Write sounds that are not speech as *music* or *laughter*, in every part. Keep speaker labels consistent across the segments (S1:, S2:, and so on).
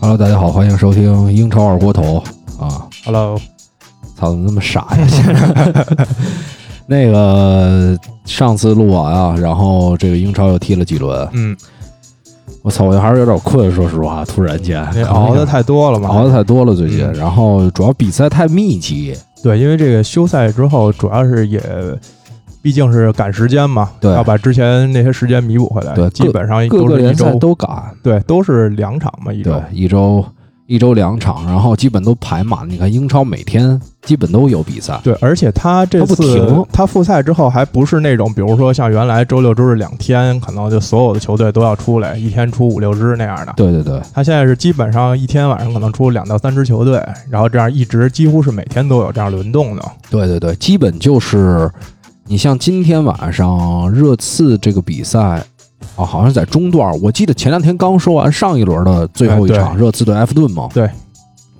S1: Hello，大家好，欢迎收听英超二锅头啊！
S2: Hello，
S1: 操，怎么那么傻呀？现在 *laughs* 那个上次录完啊，然后这个英超又踢了几轮，
S2: 嗯，
S1: 我操，我还是有点困，说实话，突然间
S2: 你
S1: 可能
S2: 哎熬的太多了嘛？
S1: 哎熬的太多了，最近，
S2: 嗯
S1: 然后主要比赛太密集，
S2: 对，因为这个休赛之后，主要是也毕竟是赶时间嘛，
S1: 对
S2: 要把之前那些时间弥补回来。
S1: 对
S2: 基本上
S1: 各
S2: 都
S1: 个
S2: 哎是一
S1: 联赛
S2: 周，
S1: 都赶，
S2: 对，都是两场嘛，一周
S1: 对。，一周一周两场，然后基本都排满。你看英超每天基本都有比赛，
S2: 对，而且他这
S1: 它不
S2: 次
S1: 停
S2: 他复赛之后，还不是那种，比如说像原来周六周日两天，可能就所有的球队都要出来，一天出五六支那样的。
S1: 对对对，
S2: 他现在是基本上一天晚上可能出两到三支球队，然后这样一直几乎是每天都有这样轮动的。
S1: 对对对，基本就是你像今天晚上热刺这个比赛啊，好像在中段儿，我记得前两天刚说完上一轮的最后一
S2: 哎对
S1: 场、热刺对埃弗顿嘛，
S2: 对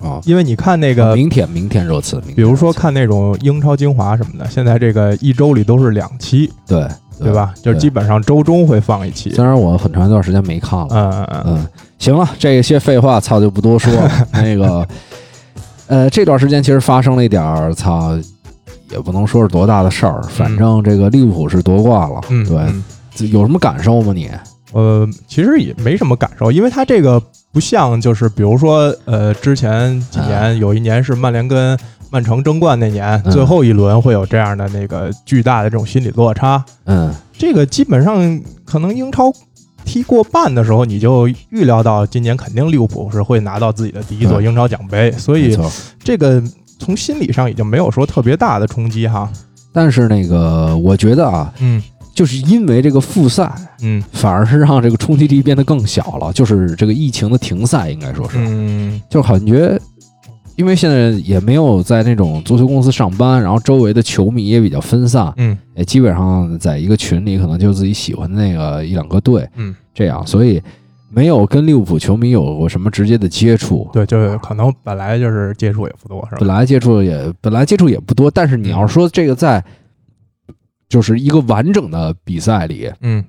S1: 啊，
S2: 因为你看那个
S1: 明天明天热刺，明天
S2: 比如说
S1: 热刺
S2: 看那种英超精华什么的，现在这个一周里都是两期，
S1: 对
S2: 对？吧？就是基本上周中会放一期。
S1: 虽然我很长一段时间没看了，
S2: 嗯嗯嗯，
S1: 嗯，行了，这些废话，操就不多说
S2: *laughs*
S1: 了。那个，呃，这段时间其实发生了一点儿，操，也不能说是多大的事儿，反正这个利物浦是夺冠了，
S2: 嗯，
S1: 对，
S2: 嗯
S1: 这有什么感受吗你？
S2: 呃，其实也没什么感受，因为它这个不像就是比如说呃，之前几年有一年是曼联跟曼城争冠那年，
S1: 嗯
S2: 最后一轮会有这样的那个巨大的这种心理落差。
S1: 嗯，
S2: 这个基本上可能英超。踢过半的时候，你就预料到今年肯定利物浦是会拿到自己的第一座
S1: 对
S2: 英超奖杯，所
S1: 没
S2: 以
S1: 错。
S2: 这个从心理上已经没有说特别大的冲击哈。
S1: 但是那个，我觉得啊，
S2: 嗯
S1: 就是因为这个复赛，
S2: 嗯
S1: 反而是让这个冲击力变得更小了。就是这个疫情的停赛，应该说是，
S2: 嗯，
S1: 就感觉，因为现在也没有在那种足球公司上班，然后周围的球迷也比较分散，
S2: 嗯
S1: 也基本上在一个群里，可能就自己喜欢的那个一两个队，
S2: 嗯，
S1: 这样，所以没有跟利物浦球迷有过什么直接的接触。
S2: 对，就是可能本来就是接触也不多，是
S1: 本
S2: 吧？
S1: 来接触也本来接触也不多，但是你
S2: 嗯
S1: 要说这个在就是一个完整的比赛里，
S2: 嗯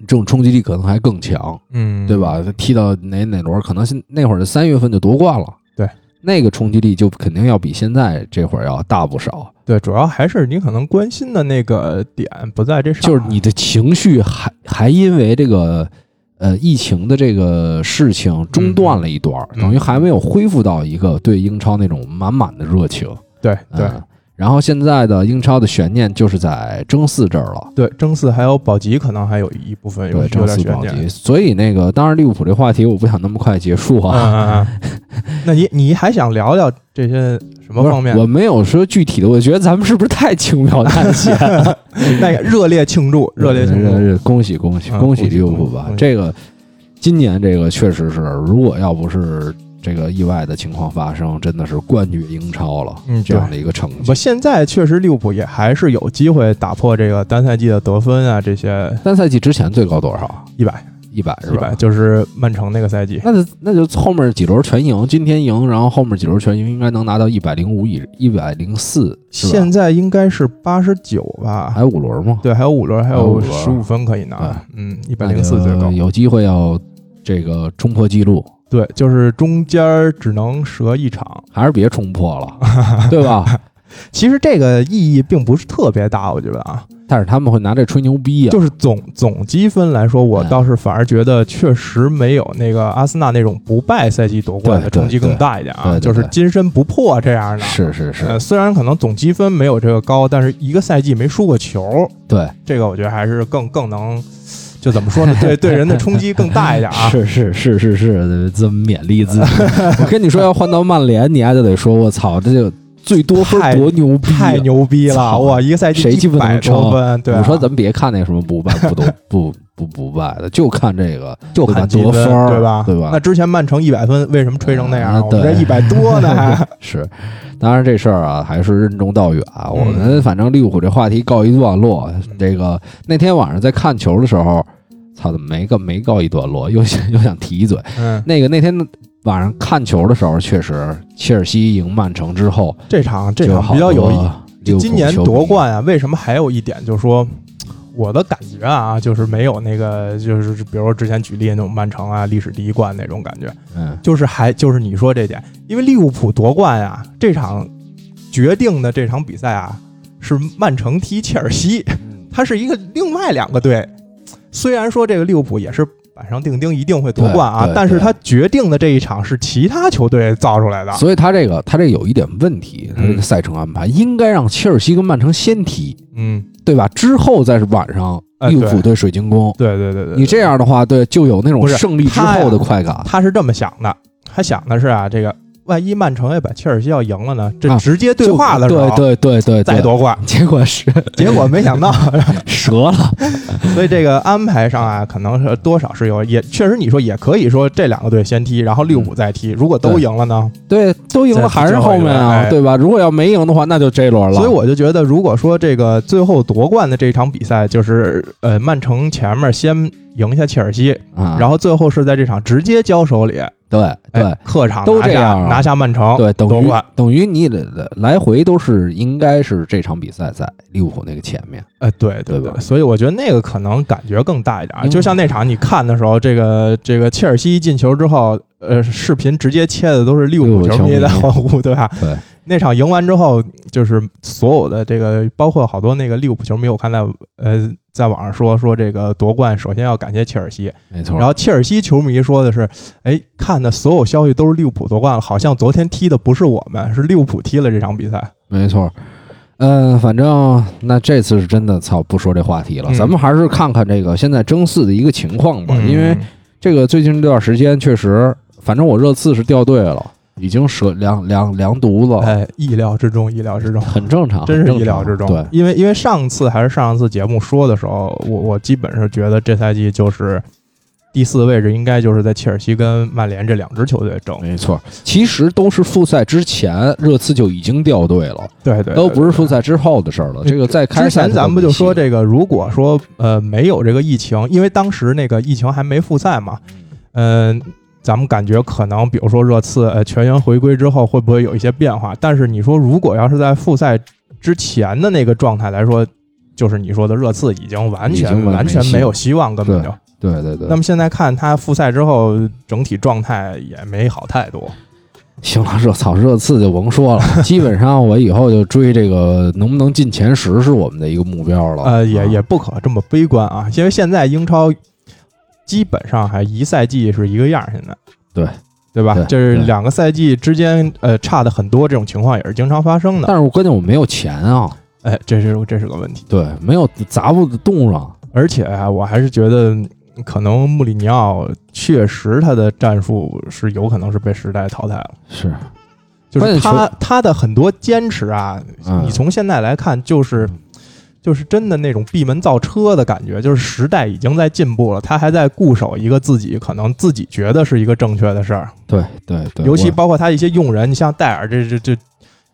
S1: 这种冲击力可能还更强，
S2: 嗯，
S1: 对？吧？踢到哪哪轮，可能是那会儿的三月份就夺冠了，
S2: 对，
S1: 那个冲击力就肯定要比现在这会儿要大不少。
S2: 对，主要还是你可能关心的那个点不在这上，
S1: 就是你的情绪还还因为这个呃疫情的这个事情中断了一段儿，
S2: 嗯
S1: 等于还没有恢复到一个对英超那种满满的热情。
S2: 对对
S1: 嗯，然后现在的英超的悬念就是在争四这儿了。
S2: 对，争四还有保级，可能还有一部分哎有
S1: 对，争
S2: 有点
S1: 四
S2: 悬
S1: 保级，
S2: 念。
S1: 所以那个当然利物浦这话题我不想那么快结束
S2: 嗯
S1: 啊，
S2: 嗯嗯，那你你还想聊聊这些什么
S1: 不是
S2: 方面？
S1: 我没有说具体的，我觉得咱们是不是太轻描淡写了？
S2: 那个热烈庆祝， *laughs* 热烈庆祝。
S1: 是恭喜恭喜
S2: 嗯
S1: 恭
S2: 恭喜
S1: 利物浦吧
S2: 恭！喜
S1: 这个今年这个确实是，如果要不是这个意外的情况发生，真的是冠绝英超了，
S2: 嗯
S1: 这样
S2: 对
S1: 的一个成绩
S2: 不，。现在确实利物浦也还是有机会打破这个单赛季的得分啊，这些
S1: 单赛季之前最高多少？
S2: 一百
S1: 一百是
S2: 一
S1: 吧
S2: 百？就是曼城那个赛季。
S1: 那就那就后面几轮全赢，今天赢，然后后面几轮全赢，应该能拿到一百零五以一百零四，是吧
S2: 现？在应该是八十九
S1: 还
S2: 吧？
S1: 有五轮吗？
S2: 对，还有五轮，还
S1: 还有五
S2: 有
S1: 轮
S2: 十五分可以
S1: 对
S2: 拿。嗯，一百零四最
S1: 那
S2: 高
S1: 就。有机会要这个冲破记录，
S2: 对，就是中间只能折一场。 *laughs*
S1: 还是别冲破了，对吧？
S2: 其实这个意义并不是特别大，我觉得啊，
S1: 但是他们会拿这吹牛逼啊，
S2: 就是总总积分来说，我
S1: 哎
S2: 倒是反而觉得确实没有那个阿森纳那种不败赛季夺冠
S1: 对
S2: 的
S1: 对
S2: 冲击更大一点
S1: 对
S2: 啊，
S1: 对对
S2: 就是金身不破这样的。
S1: 是是是
S2: 呃，，虽然可能总积分没有这个高，但是一个赛季没输过球，
S1: 对，
S2: 这个我觉得还是更更能，就怎么说呢？对对人的冲击更大一点啊。
S1: *laughs* 是是是是是，这么勉励自己。 *laughs* 我跟你说，要换到曼联，你还得得说，我操，这就最多分
S2: 太
S1: 多牛逼啊！
S2: 太牛逼了！
S1: 操
S2: 哇，一个赛季
S1: 谁鸡
S2: 一
S1: 巴
S2: 百
S1: 能争啊
S2: 多分，对啊、
S1: 我说咱们别看那什么不败不都不不不败的，就看这个
S2: 就看积
S1: 得分儿
S2: 对吧？
S1: 对吧
S2: 那之前曼城一百分，为什么吹成那样？
S1: 啊
S2: 我们这
S1: 对
S2: 一百
S1: *laughs*
S2: 多呢，还
S1: 是。当然这事儿啊，还是任重道远啊。我
S2: 嗯
S1: 们反正利物浦这话题告一段落
S2: 嗯。
S1: 这个那天晚上在看球的时候，操，怎么没个没告一段落？又想又想提一嘴。
S2: 嗯，
S1: 那个那天晚上看球的时候，确实切尔西赢曼城之后，
S2: 这场这
S1: 就
S2: 场
S1: 好
S2: 比较有
S1: 多
S2: 意义。
S1: 利物浦
S2: 今年
S1: 球迷
S2: 夺冠啊，为什么还有一点就是说？我的感觉啊，就是没有那个，就是比如说之前举例那种曼城啊，历史第一冠那种感觉，
S1: 嗯，
S2: 就是还就是你说这点，因为利物浦夺冠呀、这场决定的这场比赛啊，是曼城踢切尔西， *laughs* 它是一个另外两个队。虽然说这个利物浦也是板上钉钉一定会夺冠啊
S1: 对，对
S2: 但是
S1: 对
S2: 它决定的这一场是其他球队造出来的。
S1: 所以他这个他这有一点问题，他这个赛程安排应该让切尔西跟曼城先踢，
S2: 嗯，
S1: 对吧？之后再是晚上
S2: 哎
S1: 利物
S2: 对
S1: 浦对水晶宫，
S2: 对对对对，
S1: 你这样的话，对，就有那种
S2: 不是
S1: 胜利之后的快感。
S2: 他是这么想的，他想的是啊，这个万一曼城也把切尔西要赢了呢，这
S1: 啊
S2: 直接对话的时候、
S1: 就对对对对，
S2: 再
S1: 多，
S2: 夺冠。
S1: 结果
S2: *laughs*
S1: 是
S2: 结果没想到，
S1: 折了。
S2: 所以这个安排上啊，可能是多少是有，也确实你说也可以说这两个队先踢，然后利物浦再踢，如果都赢了呢？
S1: 嗯对，都赢了还是后面
S2: 再
S1: 啊，对吧？如果要没赢的话，那就这轮了。
S2: 哎所以我就觉得，如果说这个最后夺冠的这场比赛，就是呃曼城前面先赢下切尔西，
S1: 啊，
S2: 然后最后是在这场直接交手里，
S1: 对对
S2: 哎，客场
S1: 都
S2: 拿
S1: 这
S2: 下
S1: 样啊
S2: 拿下曼城，
S1: 对，等
S2: 夺
S1: 于
S2: 冠
S1: 等于你来来回都是应该是这场比赛在利物浦那个前
S2: *laughs*
S1: 面。
S2: 呃，对对
S1: 对吧
S2: 所以我觉得那个可能感觉更大一点啊。
S1: 嗯
S2: 就像那场你看的时候，这个这个切尔西进球之后，呃，视频直接切的都是利物浦球迷
S1: 利物浦球迷啊
S2: 在欢呼，对吧？
S1: 对，
S2: 那场赢完之后，就是所有的这个，包括好多那个利物浦球迷，我看在呃在网上说说这个夺冠，首先要感谢切尔西。
S1: 没错。
S2: 然后切尔西球迷说的是，哎，看的所有消息都是利物浦夺冠了，好像昨天踢的不是我们，是利物浦踢了这场比赛。
S1: 没错，嗯，反正那这次是真的，操，不说这话题了，
S2: 嗯
S1: 咱们还是看看这个现在争四的一个情况吧，因为这个最近这段时间确实，反正我热刺是掉队了，已经折两两两犊子了，
S2: 哎，意料之中，意料之中。
S1: 很正常，
S2: 真
S1: 很嗯啊
S2: 是
S1: 正
S2: 意料
S1: 常
S2: 之中。
S1: 对，
S2: 因为因为上次还是上上次节目说的时候，我我基本上觉得这赛季就是第四位置应该就是在切尔西跟曼联这两支球队争。
S1: 没错，其实都是复赛之前，热刺就已经掉队了，
S2: 对对，
S1: 都不是复
S2: 说。
S1: 赛之后的事儿了。这个在开
S2: 之
S1: 赛
S2: 前咱们不就说
S1: 这，
S2: 这个，如果说呃没有这个疫情，因为当时那个疫情还没复赛嘛，嗯、咱们感觉可能，比如说热刺呃全员回归之后会不会有一些变化？但是你说如果要是在复赛之前的那个状态来说，就是你说的热刺已经完全
S1: 已经完
S2: 完全
S1: 没戏
S2: 没有希望，根本就。
S1: 对对对
S2: 那。么现在看他复赛之后整体状态也没好太多，
S1: 行了，热操热刺就甭说 *laughs* 了，基本上我以后就追这个能不能进前十是我们的一个目标了。
S2: 呃，也
S1: 啊
S2: 也不可这么悲观啊，因为现在英超基本上还一赛季是一个样，儿，现在
S1: 对
S2: 对吧
S1: 对？
S2: 就是
S1: 对
S2: 两个赛季之间呃差的很多，这种情况也是经常发生的。
S1: 但是我关键我没有钱啊，
S2: 哎，这是这是个问题，
S1: 对，没有砸不动上，
S2: 而且啊，我还是觉得嗯可能穆里尼奥确实他的战术是有可能是被时代淘汰了。
S1: 是
S2: 就
S1: 关
S2: 是
S1: 键球
S2: 他他的很多坚持啊，
S1: 嗯
S2: 你从现在来看，就是就是真的那种闭门造车的感觉，就是时代已经在进步了，他还在固守一个自己可能自己觉得是一个正确的事儿，
S1: 对对对，
S2: 尤其
S1: 我
S2: 包括他一些用人，你像戴尔这这这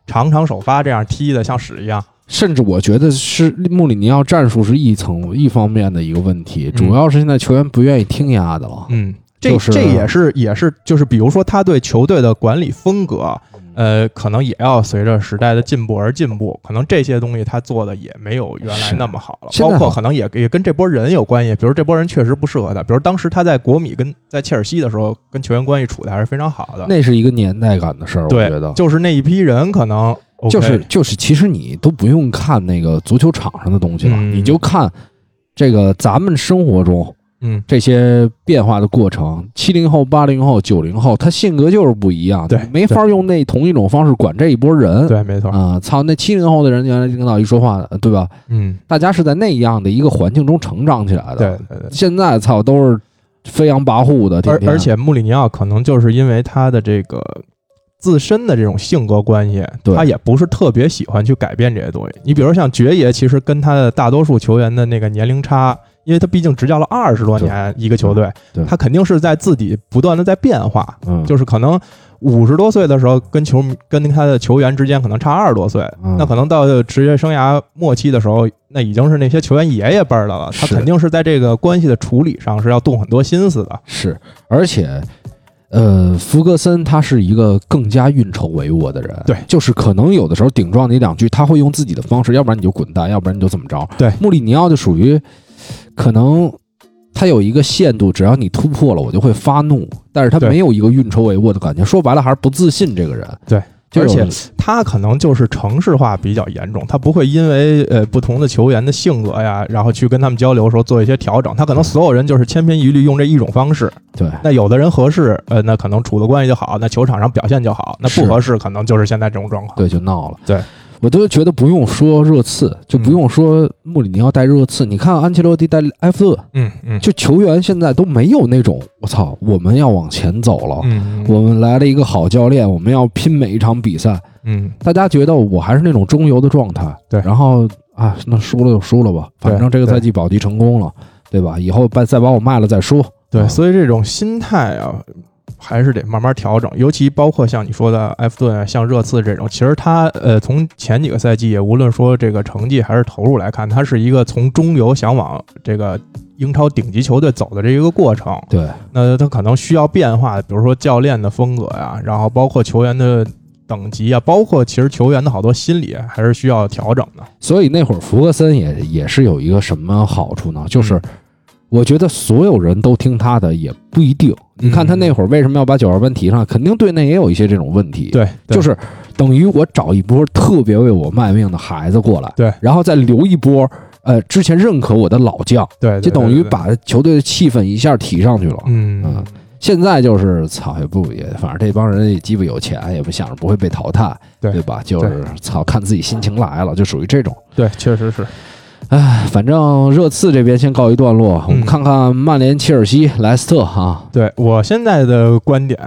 S2: 常常首发这样踢的像屎一样，
S1: 甚至我觉得是穆里尼奥战术是一层一方面的一个问题，
S2: 嗯
S1: 主要是现在球员不愿意听丫的了。
S2: 嗯，这、
S1: 就是
S2: 这也是也是就是比如说他对球队的管理风格，呃，可能也要随着时代的进步而进步，可能这些东西他做的也没有原来
S1: 是
S2: 那么好了，
S1: 现
S2: 包
S1: 在
S2: 括
S1: 好
S2: 可能也也跟这波人有关系，比如这波人确实不适合他，比如当时他在国米跟在切尔西的时候，跟球员关系处的还是非常好的，
S1: 那是一个年代感的事儿，我
S2: 对
S1: 觉得
S2: 就是那一批人可能 OK
S1: 就是就是，其实你都不用看那个足球场上的东西了，
S2: 嗯
S1: 你就看这个咱们生活中
S2: 嗯，
S1: 这些变化的过程。七零后、八零后、九零后，他性格就是不一样，
S2: 对
S1: 你没法用那同一种方式管这一波人。
S2: 对，没错，
S1: 啊、操！那七零后的人原来领导一说话，呃对吧？
S2: 嗯，
S1: 大家是在那样的一个环境中成长起来的。
S2: 对对对。
S1: 现在操都是飞扬跋扈的，天
S2: 而
S1: 天
S2: 而且穆里尼奥可能就是因为他的这个自身的这种性格关系，
S1: 对
S2: 他也不是特别喜欢去改变这些东西。你比如像爵爷，其实跟他的大多数球员的那个年龄差，因为他毕竟执教了二十多年一个球队
S1: 对对，
S2: 他肯定是在自己不断的在变化，
S1: 嗯，
S2: 就是可能。五十多岁的时候，跟球迷跟他的球员之间可能差二十多岁，
S1: 嗯
S2: 那可能到职业生涯末期的时候，那已经是那些球员爷爷辈儿的了。他
S1: 是
S2: 肯定是在这个关系的处理上是要动很多心思的。
S1: 是，而且，呃，福格森他是一个更加运筹帷幄的人，
S2: 对
S1: 就是可能有的时候顶撞你两句，他会用自己的方式，要不然你就滚蛋，要不然你就怎么着。
S2: 对
S1: 穆里尼奥就属于可能。他有一个限度，只要你突破了，我就会发怒。但是他
S2: 对
S1: 没有一个运筹帷幄的感觉，说白了还是不自信这个人。
S2: 对，
S1: 就有
S2: 而且他可能就是城市化比较严重，他不会因为呃不同的球员的性格呀，然后去跟他们交流的时候做一些调整。他可能所有人就是千篇一律用这一种方式。
S1: 对
S2: 嗯那有的人合适，呃，那可能处的关系就好，那球场上表现就好；那不合适，可能就是现在这种状况。
S1: 对，就闹了。
S2: 对，嗯
S1: 我都觉得不用说热刺，就不用说穆里尼奥带热刺。你看安切洛蒂带埃弗顿，
S2: 嗯嗯，
S1: 就球员现在都没有那种我操，我们要往前走了，
S2: 嗯
S1: 我们来了一个好教练，我们要拼每一场比赛。
S2: 嗯
S1: 大家觉得我还是那种中游的状态，
S2: 对
S1: 然后啊，那输了就输了吧，反正这个赛季保级成功了，对吧？以后把再把我卖了再说。
S2: 对，
S1: 啊
S2: 所以这种心态啊，还是得慢慢调整。尤其包括像你说的埃弗顿啊、像热刺这种，其实他呃，从前几个赛季，无论说这个成绩还是投入来看，他是一个从中游想往这个英超顶级球队走的这一个过程。
S1: 对，
S2: 那他可能需要变化，比如说教练的风格呀、然后包括球员的等级啊，包括其实球员的好多心理啊还是需要调整的。
S1: 所以那会儿福格森也也是有一个什么好处呢？就是
S2: 嗯
S1: 我觉得所有人都听他的也不一定。你看他那会儿为什么要把九二班提上？肯定队内也有一些这种问题。
S2: 对，对
S1: 就是等于我找一波特别为我卖命的孩子过来，
S2: 对
S1: 然后再留一波呃之前认可我的老将，
S2: 对，
S1: 就
S2: 对
S1: 等于。
S2: 对对对
S1: 把球队的气氛一下提上去了。
S2: 嗯
S1: 嗯，现在就是操也不也，反正这帮人也鸡巴有钱，也不想着不会被淘汰，
S2: 对
S1: 对吧？就是操看自己心情来了，就属于这种。
S2: 对，确实是，
S1: 唉，反正热刺这边先告一段落，我们
S2: 嗯
S1: 看看曼联、切尔西、莱斯特啊哈。
S2: 对我现在的观点，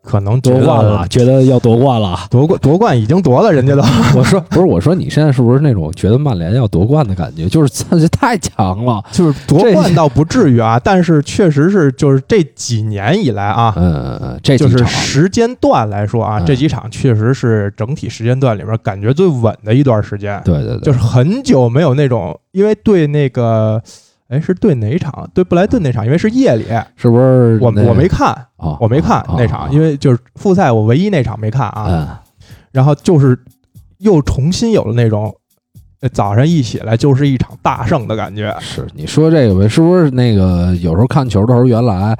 S2: 可能觉
S3: 夺
S2: 得
S3: 冠了，觉得要夺冠了。
S2: 夺冠夺冠已经夺了，人家都
S1: *laughs* 我说不是，我说你现在是不是那种觉得曼联要夺冠的感觉？就是操这太强了，
S2: 就是夺冠倒不至于啊，但是确实是就是这几年以来啊，
S1: 呃， *laughs* 这
S2: 就
S1: 几
S2: 是
S1: 场
S2: 时间段来说啊，
S1: 嗯
S2: 这几场确实是整体时间段里面感觉最稳的一段时间，
S1: 对对对，
S2: 就是很久没有那种，因为对那个。哎，是对哪一场？对布莱顿那场，因为是夜里，
S1: 是不是
S2: 我
S1: 那
S2: 我没看，
S1: 啊，
S2: 我没看
S1: 啊
S2: 那场，因为就是复赛，我唯一那场没看啊。
S1: 嗯
S2: 然后就是又重新有了那种呃早上一起来就是一场大胜的感觉。
S1: 是你说这个呗，是不是那个有时候看球的时候，原来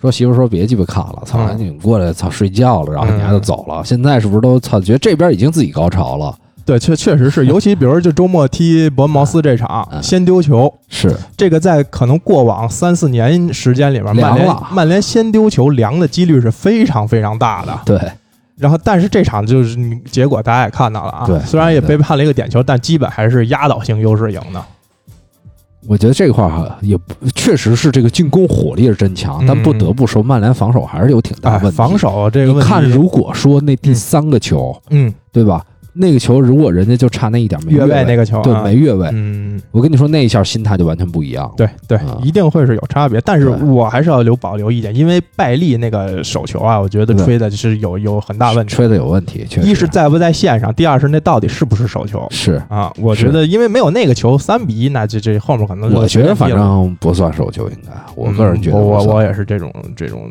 S1: 说媳妇说别鸡巴看了，操，
S2: 嗯
S1: 你过来操睡觉了，然后
S2: 嗯
S1: 你还就走了，现在是不是都操觉得这边已经自己高潮了？
S2: 对，确确
S1: *laughs*
S2: 实是，尤其比如就周末踢伯恩茅斯这场，
S1: 嗯
S2: 先丢球，
S1: 是
S2: 这个在可能过往三四年时间里面，曼
S1: 凉
S2: 联
S1: 了
S2: 曼联先丢球凉的几率是非常非常大的。
S1: 对，
S2: 然后，但是这场就是你结果大家也看到了啊，
S1: 对
S2: 虽然也被判了一个点球，但基本还是压倒性优势赢的。
S1: 我觉得这块儿哈也不确实是这个进攻火力是真强，但不得不说曼联防守还是有挺大
S2: 嗯哎
S1: 问题，，
S2: 防。守这个
S1: 你
S2: 问题，
S1: 看，如果说那第三个球，
S2: 嗯，
S1: 对吧？那个球如果人家就差那一点没
S2: 越
S1: 位
S2: 位那个球，
S1: 对
S2: 啊
S1: 没越位，
S2: 嗯，
S1: 我跟你说那一下心态就完全不一样了。
S2: 对对
S1: 啊，
S2: 一定会是有差别，但是
S1: 对
S2: 我还是要留保留意见，因为拜利那个手球啊，我觉得
S1: 对
S2: 吹的是有有很大问题。
S1: 吹的有问题，确实
S2: 一是在不在线上，第二是那到底是不是手球
S1: 是，
S2: 啊？我
S1: 是
S2: 觉得因为没有那个球，三比一，那这这后面可能就
S1: 我觉得
S2: 全
S1: 反
S2: 踢了
S1: 正不算手球，应该我
S2: 嗯
S1: 个人觉得
S2: 我我
S1: 不算
S2: 我也是这种这种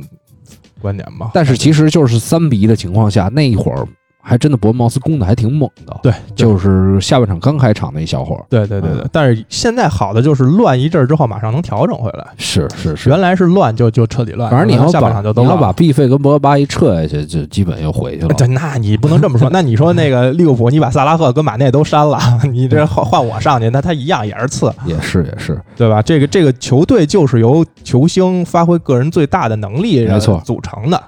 S2: 观点吧。
S1: 但是其实就是三比一的情况下，那一会儿还真的伯恩茅斯攻的还挺猛的，
S2: 对，对
S1: 就是下半场刚开场那一小会儿，
S2: 对对对对
S1: 嗯。
S2: 但是现在好的就是乱一阵儿之后马上能调整回来，
S1: 是是是，
S2: 原来是乱就就彻底乱，
S1: 反正你
S2: 然
S1: 要
S2: 后下半
S1: 把
S2: 场就
S1: 你
S2: 都
S1: 要
S2: 乱
S1: 把。毕费跟博格巴一撤下去，就基本又回去了。
S2: 对，那你不能这么说。那你说那个利物浦，你把萨拉赫跟马内都删了，你这换换我上去，那他一样也是次，
S1: 也是也是，
S2: 对吧？这个这个球队就是由球星发挥个人最大的能力，
S1: 没错
S2: 组成的。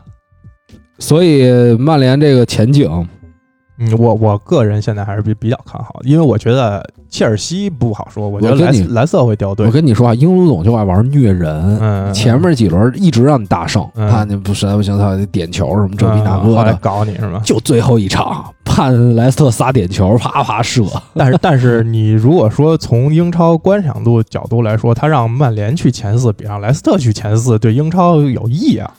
S1: 所以曼联这个前景，
S2: 嗯，我我个人现在还是比比较看好的，因为我觉得切尔西不好说，我觉得
S1: 我跟
S2: 蓝
S1: 你
S2: 蓝色会掉队
S1: 我。跟你说啊，英足总就爱玩虐人，
S2: 嗯，
S1: 前面几轮一直让你大胜，
S2: 嗯
S1: 他那不实在不行，他得点球什么这逼那
S2: 嗯后
S1: 个
S2: 来
S1: 的，
S2: 搞你是
S1: *laughs*
S2: 吗？
S1: 就最后一场判莱斯特仨点球，啪啪射，
S2: 但是但是你如果说从英超观赏度角度来说，他让曼联去前四比让莱斯特去前四对英超有益啊，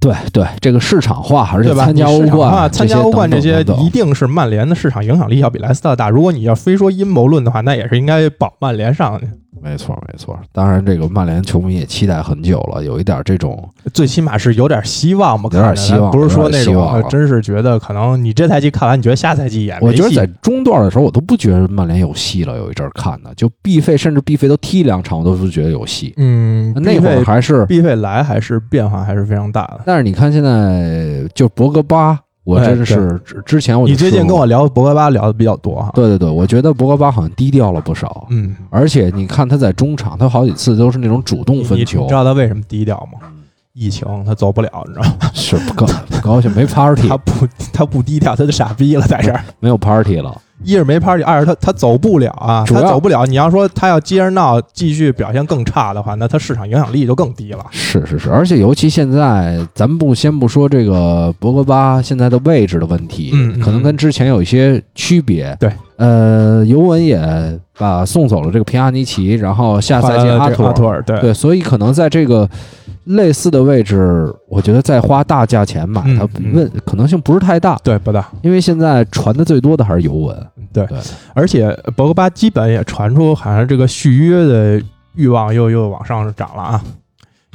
S1: 对对，这个市场化，而且
S2: 对吧？
S1: 参加欧
S2: 你市场化
S1: 冠，啊
S2: 参加欧冠这
S1: 这
S2: 些
S1: 等等等
S2: 一
S1: 等
S2: 定是曼联的市场影响力要比莱斯特大。如果你要非说阴谋论的话，那也是应该保曼联上去，
S1: 没错没错。当然，这个曼联球迷也期待很久了，有一点这种
S2: 最起码是有点希望嘛，
S1: 有点
S2: 看着
S1: 希望
S2: 不是说那
S1: 有点希
S2: 种
S1: 望
S2: 呃真是觉得可能你这赛季看完，你觉得下赛季也没戏
S1: 我觉得在中段的时候，我都不觉得曼联有戏了。有一阵儿看的，就 B 费甚至 B 费都踢两场，我都不觉得有戏。
S2: 嗯，
S1: 那会儿还是，
S2: 毕费来还是变化还是非常大的。
S1: 但是你看现在就博格巴，我
S2: 哎
S1: 真是之之前我就
S2: 你最近
S1: 说
S2: 跟
S1: 过
S2: 我聊博格巴聊的比较多哈，
S1: 对对对，我觉得博格巴好像低调了不少，
S2: 嗯，
S1: 而且你看他在中场，他好几次都是那种主动
S2: 你
S1: 分
S2: 你
S1: 球
S2: 你知，道他为什么低调吗？疫情他走不了，你知道吗？
S1: 是不高不高兴，没 party，
S2: 他不他不低调，他就傻逼了，在这儿。
S1: 没有 party 了。
S2: 一是没 party，二是他他走不了啊，
S1: 主要
S2: 他走不了。你要说他要接着闹，继续表现更差的话，那他市场影响力就更低了。
S1: 是是是，而且尤其现在，咱们不先不说这个博格巴现在的位置的问题，
S2: 嗯嗯
S1: 可能跟之前有一些区别。
S2: 对，
S1: 呃，尤文也把送走了这个皮亚尼奇，然后下赛季
S2: 换呃了这
S1: 图
S2: 个
S1: 尔
S2: 阿图尔对，
S1: 对，所以可能在这个类似的位置，我觉得再花大价钱买它，
S2: 嗯嗯
S1: 问可能性不是太大，
S2: 对不大
S1: 因为现在传的最多的还是尤文。
S2: 对
S1: 对，
S2: 而且博格巴基本也传出好像这个续约的欲望又又往上涨了啊，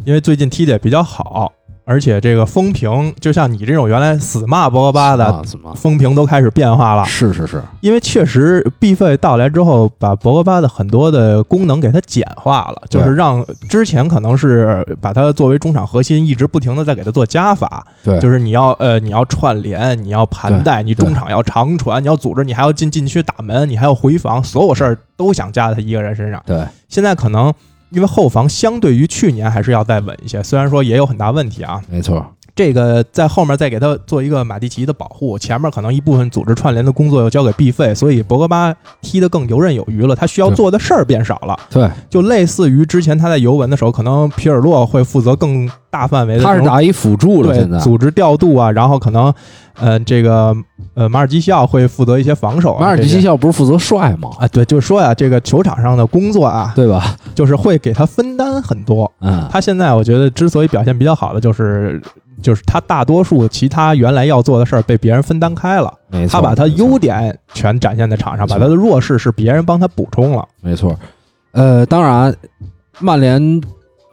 S2: 因为最近踢的也比较好，而且这个风评就像你这种原来死骂博格巴的。
S1: 啊怎么？
S2: 风评都开始变化了，
S1: 是是是，
S2: 因为确实毕费到来之后，把博格巴的很多的功能给它简化了，
S1: 对
S2: 就是让之前可能是把它作为中场核心，一直不停的在给它做加法，
S1: 对，
S2: 就是你要呃你要串联，你要盘带，你中场要长传，你要组织，你还要进禁区打门，你还要回防，所有事儿都想加在他一个人身上。
S1: 对，
S2: 现在可能因为后防相对于去年还是要再稳一些，虽然说也有很大问题啊，
S1: 没错，
S2: 这个在后面再给他做一个马蒂奇的保护，前面可能一部分组织串联的工作又交给毕费，所以博格巴踢得更游刃有余了。他需要
S1: 对
S2: 做的事儿变少了，
S1: 对，
S2: 就类似于之前他在尤文的时候，可能皮尔洛会负责更大范围的
S1: 他
S2: 这
S1: 是
S2: 种
S1: 打一辅助了，
S2: 对
S1: 现在。
S2: 组织调度啊，然后可能呃这个呃马尔基西奥会负责一些防守啊，
S1: 马尔基
S2: 这
S1: 西
S2: 些
S1: 校不是负责帅
S2: *laughs*
S1: 吗？
S2: 啊，对，就是说呀、这个球场上的工作啊，
S1: 对吧？
S2: 就是会给他分担很多。
S1: 嗯，
S2: 他现在我觉得之所以表现比较好的就是，就是他大多数其他原来要做的事儿被别人分担开了，
S1: 没错，
S2: 他把他
S1: 没错
S2: 优点全展现在场上，
S1: 没错
S2: 把他的弱势是别人帮他补充了。
S1: 没错，呃，当然，曼联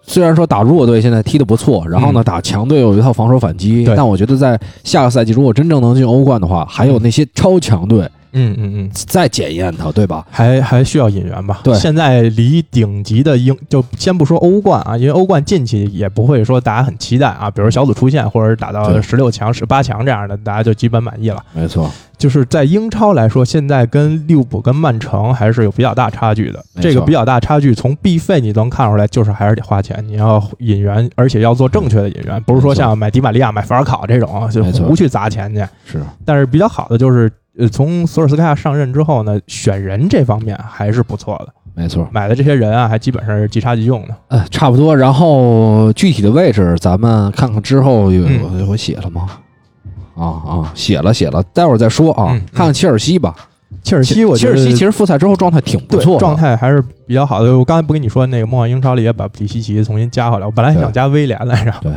S1: 虽然说打弱队现在踢得不错，然后呢、
S2: 嗯
S1: 打强队有一套防守反击，
S2: 对
S1: 但我觉得在下个赛季如果真正能进欧冠的话，还有那些超强队
S2: 嗯嗯嗯，
S1: 再检验他，对吧？
S2: 还还需要引援吧？
S1: 对
S2: 现在离顶级的英就先不说欧冠啊，因为欧冠近期也不会说大家很期待啊，比如小组出线或者是打
S1: 对
S2: 到十六强、十八强这样的，大家就基本满意了。
S1: 没错，
S2: 就是在英超来说，现在跟利物浦、跟曼城还是有比较大差距的。
S1: 没错
S2: 这个比较大差距，从 B 费你能看出来，就是还是得花钱，你要引援，而且要做正确的引援，不是说
S1: 没错
S2: 像买迪玛利亚、买法尔考这种啊，就
S1: 没错
S2: 胡去砸钱去。
S1: 是
S2: 但是比较好的就是，呃，从索尔斯克亚上任之后呢，选人这方面还是不错的，
S1: 没错，
S2: 买的这些人啊，还基本上是即插即用的。
S1: 呃，差不多。然后具体的位置，咱们看看之后有、
S2: 嗯
S1: 我写了吗？啊啊，写了写了，待会儿再说啊。
S2: 嗯嗯
S1: 看看切尔西吧，
S2: 切尔西，我
S1: 切
S2: 觉
S1: 尔
S2: 得
S1: 西其实复赛之后状态挺不
S2: 对
S1: 错的，
S2: 状态还是比较好的。我刚才不跟你说那个梦幻英超里也把里希奇重新加回来，我本来还想加威廉来着。
S1: 对，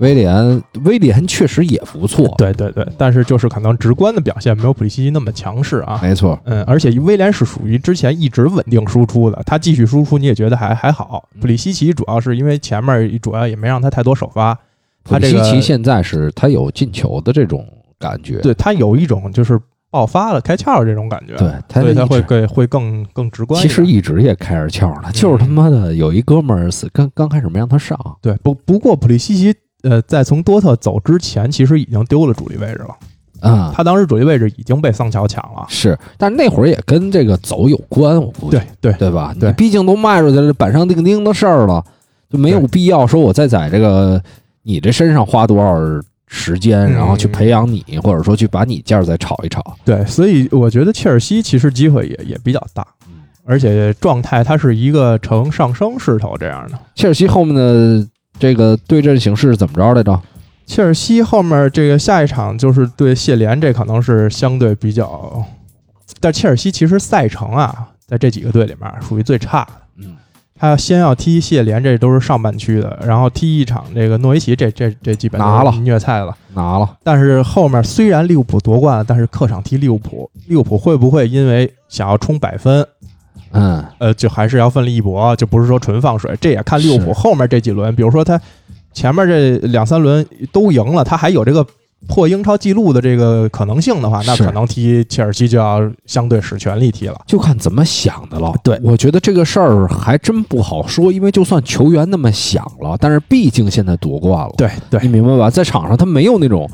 S1: 威廉威廉确实也不错，
S2: 对对对，但是就是可能直观的表现没有普利西奇那么强势啊。
S1: 没错，
S2: 嗯，而且威廉是属于之前一直稳定输出的，他继续输出你也觉得还还好。
S1: 嗯
S2: 普利西奇主要是因为前面主要也没让他太多首发，
S1: 普
S2: 他
S1: 利
S2: 这
S1: 西
S2: 个
S1: 奇现在是他有进球的这种感觉。
S2: 对他有一种就是爆发了、开窍了这种感觉，
S1: 对，他
S2: 所以
S1: 一
S2: 他会
S1: 直
S2: 更会更更直观一
S1: 其
S2: 点。
S1: 实一直也开着窍
S2: 嗯
S1: 呢，就是他妈的有一哥们儿是刚刚开始没让他上，
S2: 对，不不过普利西奇呃，在从多特走之前，其实已经丢了主力位置了。
S1: 啊、
S2: 他当时主力位置已经被桑乔抢了。
S1: 是，但是那会儿也跟这个走有关，我估计
S2: 对对
S1: 对吧？
S2: 对
S1: 你毕竟都卖出去了，板上钉钉的事儿了，就没有
S2: 对
S1: 必要说我再在这个你这身上花多少时间，
S2: 嗯
S1: 然后去培养你，或者说去把你价儿再炒一炒。
S2: 对，所以我觉得切尔西其实机会也也比较大，
S1: 嗯
S2: 而且状态它是一个呈上升势头这样的。
S1: 切尔西后面的这个对阵形势怎么着来着？
S2: 切尔西后面这个下一场就是对谢联，这可能是相对比较，但切尔西其实赛程啊，在这几个队里面属于最差的。
S1: 嗯，
S2: 他先要踢谢联，这都是上半区的，然后踢一场这个诺维奇，这这这基本都是
S1: 拿了
S2: 虐菜了。
S1: 拿了，
S2: 但是后面虽然利物浦夺冠了，但是客场踢利物浦，利物浦会不会因为想要冲百分，
S1: 嗯，
S2: 呃，就还是要奋力一搏，就不是说纯放水，这也看利物浦
S1: 是
S2: 后面这几轮，比如说他前面这两三轮都赢了，他还有这个破英超纪录的这个可能性的话，那
S1: 是
S2: 可能踢切尔西就要相对使全力踢了。
S1: 就看怎么想的了。
S2: 对
S1: 我觉得这个事儿还真不好说，因为就算球员那么想了，但是毕竟现在夺冠了，
S2: 对
S1: 你
S2: 对
S1: 明白吧？在场上他没有那种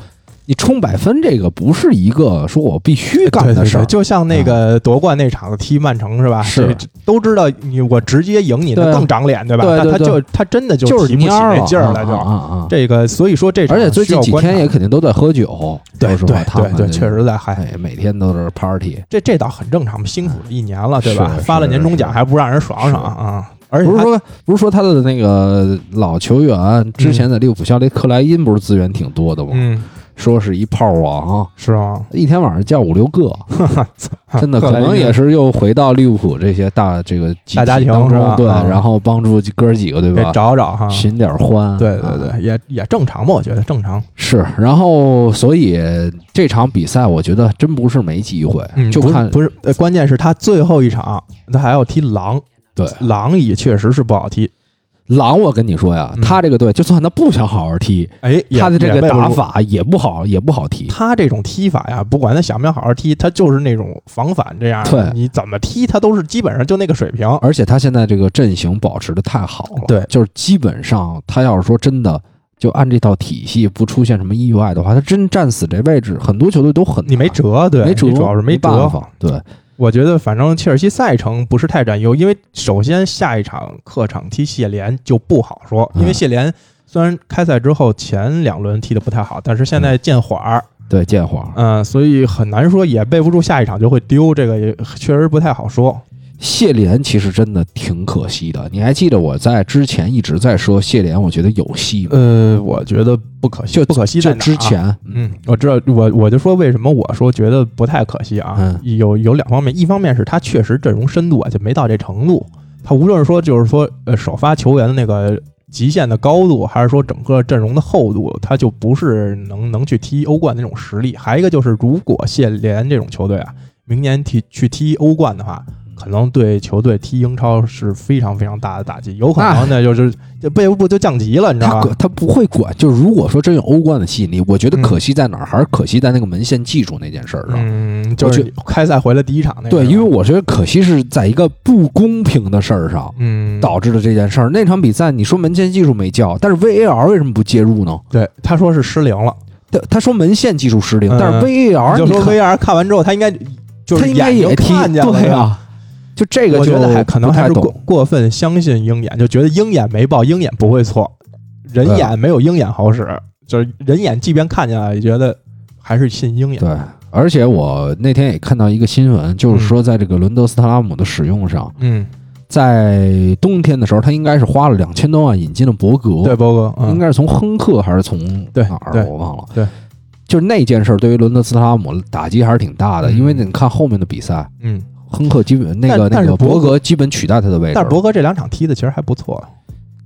S1: 你冲百分，这个不是一个说我必须干
S2: 对
S1: 的
S2: 对
S1: 事儿
S2: 对，。就像那个夺冠那场子踢曼城是吧？
S1: 嗯是
S2: 这都知道你我直接赢你，那
S1: 对啊
S2: 更长脸对吧？
S1: 对对
S2: 但他
S1: 对
S2: 就他真的就
S1: 就是
S2: 提不起
S1: 蔫儿
S2: 那
S1: 了，
S2: 劲儿了，
S1: 啊
S2: 就
S1: 啊啊！啊
S2: 这个，所以说这场
S1: 而且最
S2: 需
S1: 近
S2: 要
S1: 几
S2: 观察
S1: 天也肯定都在喝酒，
S2: 对
S1: 说实话
S2: 对
S1: 他们
S2: 对对，
S1: 这
S2: 确实在嗨，
S1: 哎，每天都是 party，
S2: 这这倒很正常嘛，辛苦了一年了，对吧
S1: 是？是
S2: 发了年终奖还不让人爽爽啊！而且
S1: 不是
S2: 他
S1: 说不是说他的那个老球员之前在利物浦效力克莱因不是资源挺多的吗？
S2: 嗯，
S1: 说是一炮王，
S2: 是吗？
S1: 一天晚上叫五六个，真的
S2: 克
S1: 可
S2: 莱因
S1: 能也是又回到利物浦这些大这个集体
S2: 大家庭
S1: 当
S2: 是
S1: 中，
S2: 吧
S1: 对，
S2: 嗯
S1: 然后帮助哥几个对
S2: 得
S1: 吧？
S2: 找找哈。
S1: 寻点欢，
S2: 对对
S1: 啊
S2: 对，也也正常吧，我觉得正常。
S1: 是。然后所以这场比赛，我觉得真不是没机会，
S2: 嗯，
S1: 就
S2: 不是
S1: 看
S2: 不是，呃关键是他最后一场他还要踢狼，
S1: 对
S2: 狼也确实是不好踢。
S1: 狼。我跟你说呀，
S2: 嗯
S1: 他这个队就算他不想好好踢，
S2: 哎，也
S1: 他的这
S2: 也
S1: 个
S2: 被不
S1: 打
S2: 住
S1: 法也不好，也不好踢。
S2: 他这种踢法呀，不管他想不想好好踢，他就是那种防反这样的，
S1: 对啊
S2: 你怎么踢他都是基本上就那个水平。
S1: 而且他现在这个阵型保持的太好了，
S2: 对
S1: 就是基本上他要是说真的就按这套体系不出现什么意外的话，他真站死这位置，很多球队都很
S2: 你没
S1: 难
S2: 辙，对，
S1: 没辙，
S2: 你主要是没辙。
S1: 办法，对，
S2: 我觉得反正切尔西赛程不是太占优，因为首先下一场客场踢谢联就不好说，
S1: 嗯
S2: 因为谢联虽然开赛之后前两轮踢得不太好，但是现在见缓儿，
S1: 对，建华。
S2: 嗯、所以很难说也备不住下一场就会丢，这个也确实不太好说。
S1: 谢莲其实真的挺可惜的。你还记得我在之前一直在说谢莲，我觉得有戏吗？
S2: 呃，我觉得不可惜，
S1: 就
S2: 不可惜在
S1: 就
S2: 哪儿啊
S1: 之。前，
S2: 嗯，我知道，我我就说为什么我说觉得不太可惜啊？
S1: 嗯
S2: 有有两方面，一方面是他确实阵容深度啊就没到这程度，他无论是说就是说呃首发球员的那个极限的高度，还是说整个阵容的厚度，他就不是能能去踢欧冠那种实力。还有一个就是，如果谢联这种球队啊，明年踢去踢欧冠的话。
S1: 嗯
S2: 可能对球队踢英超是非常非常大的打击，有可能呢就是就不不就降级了，你知道
S1: 他
S2: 吗
S1: 管？他不会管。就如果说真有欧冠的吸引力，我觉得可惜在哪儿，还是可惜在那个门线技术那件事儿上。
S2: 嗯，就是开赛回来第一场那个。
S1: 对，因为我觉得可惜是在一个不公平的事儿上
S2: 嗯，
S1: 导致了这件事儿。那场比赛你说门线技术没叫，但是 VAR 为什么不介入呢？
S2: 对他说是失灵了，
S1: 他他说门线技术失灵，
S2: 嗯
S1: 但是 VAR
S2: 就
S1: 你
S2: 说
S1: 看
S2: VR 看完之后，他应该就是
S1: 他应该也
S2: 眼睛
S1: 踢
S2: 看见了，
S1: 对
S2: 吧。
S1: 啊，就这个
S2: 我
S1: 就
S2: 觉得还可能
S1: 不
S2: 还
S1: 太
S2: 是过
S1: 懂。
S2: 过分相信鹰眼，就觉得鹰眼没报，鹰眼不会错，人
S1: 对
S2: 眼没有鹰眼好使，就是人眼即便看见了，也觉得还是信鹰眼。
S1: 对，而且我那天也看到一个新闻，就是说在这个伦德斯特拉姆的使用上，
S2: 嗯，
S1: 在冬天的时候，他应该是花了两千多万引进了博格，
S2: 对，波哥，嗯
S1: 应该是从亨克还是从
S2: 对
S1: 哪儿
S2: 对
S1: 我忘了，
S2: 对。
S1: 就是那件事儿对于伦德斯特拉姆打击还是挺大的，
S2: 嗯
S1: 因为你看后面的比赛，
S2: 嗯，
S1: 亨克基本那个
S2: 但但
S1: 那
S2: 是
S1: 个
S2: 博格
S1: 博格基本取代他的位置
S2: 但是。博哥这两场踢的其实还不错，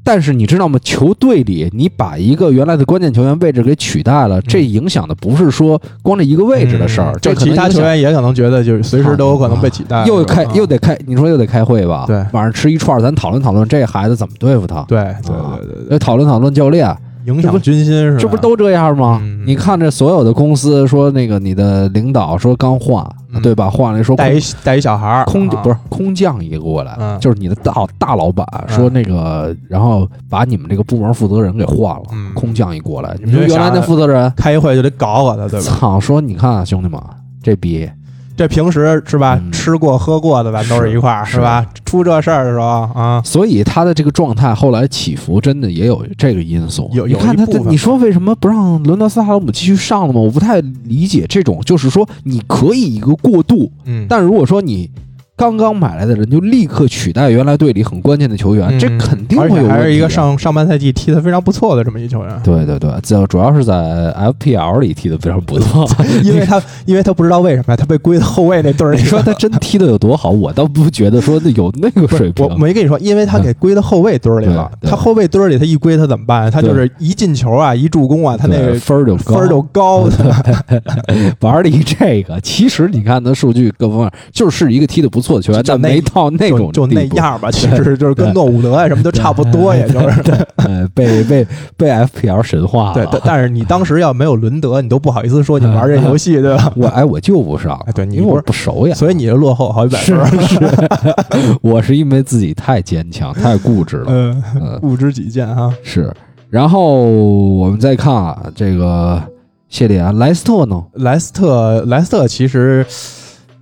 S1: 但是你知道吗？球队里你把一个原来的关键球员位置给取代了，这影响的不是说光这一个位置的事儿，
S2: 嗯
S1: 这
S2: 就
S1: 可能影
S2: 其他
S1: 响啊
S2: 球员也可能觉得就是随时都有可能被取代，
S1: 又
S2: 是吧
S1: 开
S2: 嗯
S1: 又得开，你说又得开会吧？
S2: 对
S1: 晚上吃一串儿，咱讨论讨论这孩子怎么对付他，
S2: 对对
S1: 啊
S2: 对对对，
S1: 得讨论讨论教练，
S2: 影
S1: 这不
S2: 响军心是吧？啊
S1: 这不都这样吗？
S2: 嗯
S1: 你看这所有的公司说那个你的领导说刚换，
S2: 嗯
S1: 对吧？换了说
S2: 带
S1: 空
S2: 一带一小孩儿，
S1: 空、
S2: 啊
S1: 不是空降一个过来，
S2: 嗯
S1: 就是你的大大老板说那个，然后把你们这个部门负责人给换了，
S2: 嗯
S1: 空降一过来，你
S2: 你们这
S1: 说原来
S2: 啥
S1: 那负责人，
S2: 开一会就得搞我的，对吧？
S1: 操，说你看啊，兄弟们，这逼
S2: 这平时是吧，
S1: 嗯
S2: 吃过喝过的咱都是一块儿，
S1: 是
S2: 是吧？出这事儿的时候啊，
S1: 所以他的这个状态后来起伏，真的也有这个因素。
S2: 有
S1: 你
S2: 有
S1: 看
S2: 一
S1: 他
S2: 部
S1: 这，
S2: 分
S1: 你说为什么不让伦德斯哈姆继续上了吗？我不太理解这种，就是说你可以一个过渡，
S2: 嗯，
S1: 但如果说你刚刚买来的人就立刻取代原来队里很关键的球员，
S2: 嗯
S1: 这肯定
S2: 而
S1: 会有
S2: 且
S1: 问题啊。
S2: 还是一个上上半赛季踢得非常不错的这么一球员，
S1: 对对对，主主要是在 FPL 里踢的非常不
S2: *laughs*
S1: 错。
S2: 因为他因为他不知道为什么他被归到后卫那队儿
S1: 你
S2: 里
S1: 说
S2: 了。
S1: 他真踢的有多好，我倒不觉得说有那个
S2: 不
S1: *laughs* 水
S2: 是
S1: 平
S2: 我，。没跟你说，因为他给归到后卫堆儿里了。
S1: 对对
S2: 他后卫堆儿里，他一归他怎么办？他就是一进球啊，一助攻啊，他那
S1: 对
S2: 个
S1: 分儿就高
S2: 分 *laughs* 儿就高。
S1: 玩了一这个，其实你看他数据各方面，就是一个踢的不错的球员，
S2: 就
S1: 但
S2: 那
S1: 没到那
S2: 就
S1: 种
S2: 就那
S1: 地步，
S2: 样吧，其实就是跟诺伍德啊什么都差不多，也就是
S1: 呃，被被被 FPL 神化
S2: 对。但
S1: 了。
S2: *laughs* 但是你当时要没有伦德，你都不好意思说你玩这游戏， *laughs* 对吧？
S1: 我哎，我就不上，
S2: 哎对你
S1: 因为
S2: 不
S1: 我
S2: 是
S1: 不熟呀，
S2: 所以你就落后好几百
S1: 是
S2: 分儿。 *laughs*
S1: 是，我是因为自己太坚强、太固执了。
S2: 嗯，
S1: 嗯，
S2: 不知己见啊。
S1: 是。然后我们再看啊，这个谢里安莱斯特呢，
S2: 莱斯特，莱斯特其实，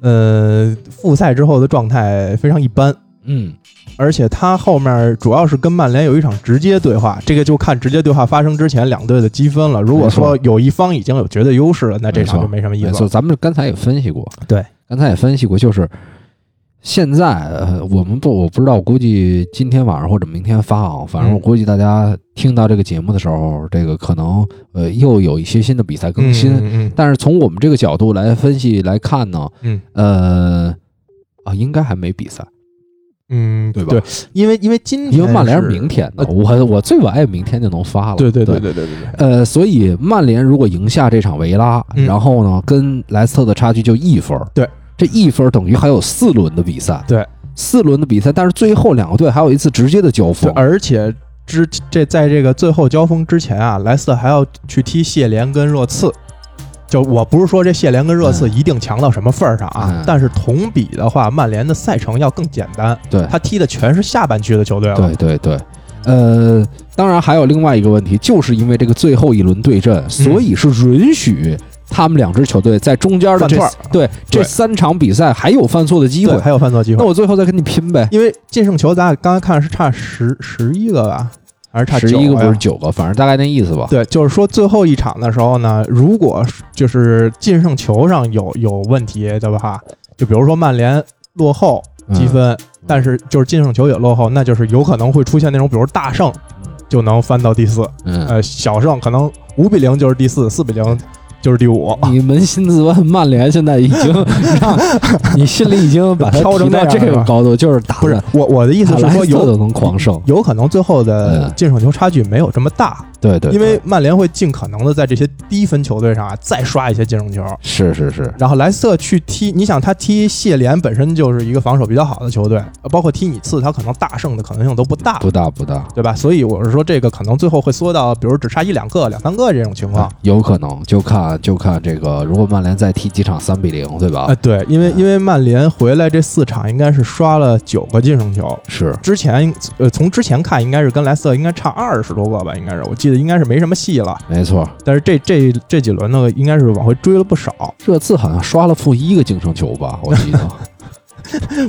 S2: 呃，复赛之后的状态非常一般，
S1: 嗯，
S2: 而且他后面主要是跟曼联有一场直接对话，这个就看直接对话发生之前两队的积分了。如果说
S1: 没
S2: 有一方已经有绝对优势了，那这场就没什么意
S1: 没
S2: 思
S1: 错，
S2: 了。
S1: 呃
S2: 嗯
S1: 咱们刚才也分析过，
S2: 对，
S1: 刚才也分析过，就是现在呃，我们不，我不知道，我估计今天晚上或者明天发啊，反正我
S2: 嗯
S1: 估计大家听到这个节目的时候，这个可能呃又有一些新的比赛更新，
S2: 嗯嗯
S1: 但是从我们这个角度来分析来看呢，
S2: 嗯
S1: 呃啊，应该还没比赛，
S2: 嗯，
S1: 对吧
S2: 对，因为因为今
S1: *laughs* 因为
S2: 天
S1: 曼联是
S2: 是
S1: 明天的，
S2: 呃
S1: 我我最晚也明天就能发了，
S2: 对对
S1: 对
S2: 对对对对对，
S1: 呃，所以曼联如果赢下这场维拉，
S2: 嗯
S1: 然后呢，跟莱斯特的差距就一分儿。
S2: 对，
S1: 这一分儿等于还有四轮的比赛。
S2: 对，
S1: 四轮的比赛，但是最后两个队还有一次直接的交锋
S2: 对，。而且之这在这个最后交锋之前啊，莱斯特还要去踢谢联跟热刺。就我不是说这谢联跟热刺一定强到什么份儿上啊，
S1: 嗯
S2: 但是同比的话，曼联的赛程要更简单，
S1: 对，
S2: 他踢的全是下半区的球队了。
S1: 对，对，对。呃，当然还有另外一个问题，就是因为这个最后一轮对阵，
S2: 嗯
S1: 所以是允许他们两支球队在中间的
S2: 犯
S1: 这
S2: 错儿
S1: 对这
S2: 对
S1: 三场比赛还有犯错的机
S2: 机
S1: 会
S2: 会。还有犯错机
S1: 那
S2: 会，
S1: 我最后再跟你拼呗。
S2: 因为净胜球咱俩刚才看是差十十一个吧，还是差
S1: 十
S2: 九
S1: 一个
S2: 呀
S1: 不是九啊个，反正大概那意思吧。
S2: 对，就是说最后一场的时候呢，如果就是净胜球上有有问题，对吧？就比如说曼联落后
S1: 嗯
S2: 积分，但是就是净胜球也落后，那就是有可能会出现那种，比如大胜就能翻到第四，
S1: 嗯，
S2: 呃，小胜可能五比零就是第四，四比零就是第五。
S1: *laughs* 你扪心自问，曼联现在已经 *laughs* 让你心里已经把它
S2: 飘成
S1: 提到
S2: 这样
S1: 这
S2: 了
S1: 个高度，就是打
S2: 不是我我的意
S1: 意
S2: 思是说有
S1: 都能狂胜，
S2: 有可能最后的
S1: 嗯
S2: 净胜球差距没有这么大，
S1: 对对，
S2: 因为
S1: 对
S2: 曼联会尽可能的在这些低分球队上啊再刷一些净胜球。
S1: 是是是，
S2: 然后莱斯特去踢，你想他踢谢联本身就是一个防守比较好的球队，呃包括踢你次，他可能大胜的可能性都不大，
S1: 不大不大，
S2: 对吧？所以我是说，这个可能最后会缩到，比如只差一两个、两三个这种情况。啊、
S1: 有可能就看就看这个，如果曼联再踢几场三比零，对吧？
S2: 啊哎对，因为因为曼联回来这四场应该是刷了九个净胜球，
S1: 是
S2: 之前呃从之前看应该是跟莱斯特应该差二十多个吧，应该是我记得应该是没什么戏了，
S1: 没错，
S2: 但是这这这几轮呢应该是往回追了不少，
S1: 这次好像刷了负一个净胜球吧，我记
S2: *laughs*
S1: 得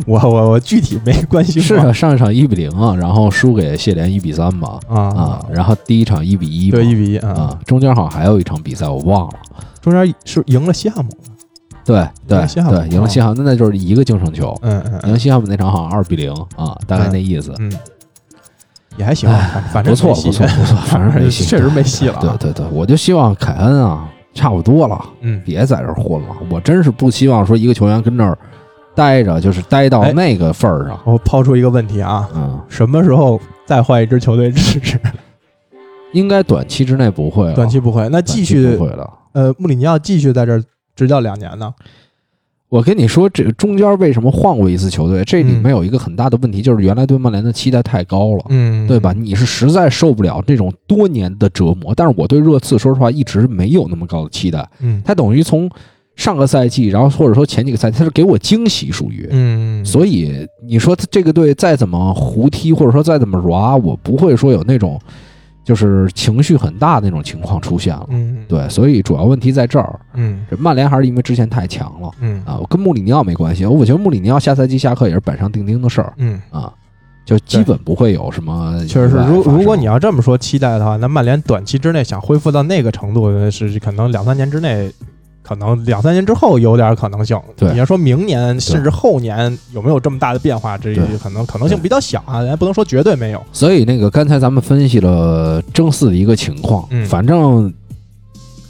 S2: 我我我具体没关系
S1: 是
S2: 过
S1: 啊，上一场一比零啊，然后输给谢联一比三吧，
S2: 啊
S1: 啊，然后第一场一比一嘛，
S2: 对一比一啊。
S1: 啊，中间好像还有一场比赛我忘了。
S2: 中间是赢了西汉姆，
S1: 对对
S2: 了西汉姆
S1: 对，赢了西汉姆，那就是一个净胜球。
S2: 嗯嗯
S1: 赢
S2: 嗯
S1: 西汉姆那场好像二比零啊，大概那意思。
S2: 嗯，也还行，反反正
S1: 不错
S2: 没戏
S1: 不错，不错，反正没戏，
S2: *laughs* 确实没戏了啊。
S1: 对对对，我就希望凯恩啊，差不多了，
S2: 嗯，
S1: 别在这儿混了。我真是不希望说一个球员跟这儿待着，就是待到
S2: 哎
S1: 那个份儿上。
S2: 我抛出一个问题啊，
S1: 嗯，
S2: 什么时候再换一支球队支
S1: *laughs*
S2: 持？
S1: 应该短期之内不会了，
S2: 短期不会，那
S1: 短
S2: 继
S1: 期
S2: 续
S1: 不会了。
S2: 呃，穆里尼奥继续在这儿执教两年呢？
S1: 我跟你说，这个中间为什么换过一次球队？这里面有一个很大的问题，就是原来对曼联的期待太高了，
S2: 嗯，
S1: 对吧？？你是实在受不了这种多年的折磨。但是我对热刺，说实话，一直没有那么高的期待。
S2: 嗯
S1: 他等于从上个赛季，然后或者说前几个赛季，他是给我惊喜，属于。
S2: 嗯，
S1: 所以你说这个队再怎么胡踢，或者说再怎么抓，我不会说有那种就是情绪很大的那种情况出现了。
S2: 嗯，，
S1: 对，所以主要问题在这儿。
S2: 嗯
S1: 这曼联还是因为之前太强了
S2: 嗯
S1: 啊，跟穆里尼奥没关系。我觉得穆里尼奥下赛季下课也是板上钉钉的事儿
S2: 嗯，
S1: 啊，就基本不会有什么意外发生。
S2: 确实是。如如果你要这么说期待的话，那曼联短期之内想恢复到那个程度，是可能两三年之内。可能两三年之后有点可能性，
S1: 对
S2: 你要说明年甚至后年有没有这么大的变化，这
S1: 对
S2: 可能可能性比较小啊，咱不能说绝对没有。
S1: 所以那个刚才咱们分析了争四的一个情况，
S2: 嗯
S1: 反正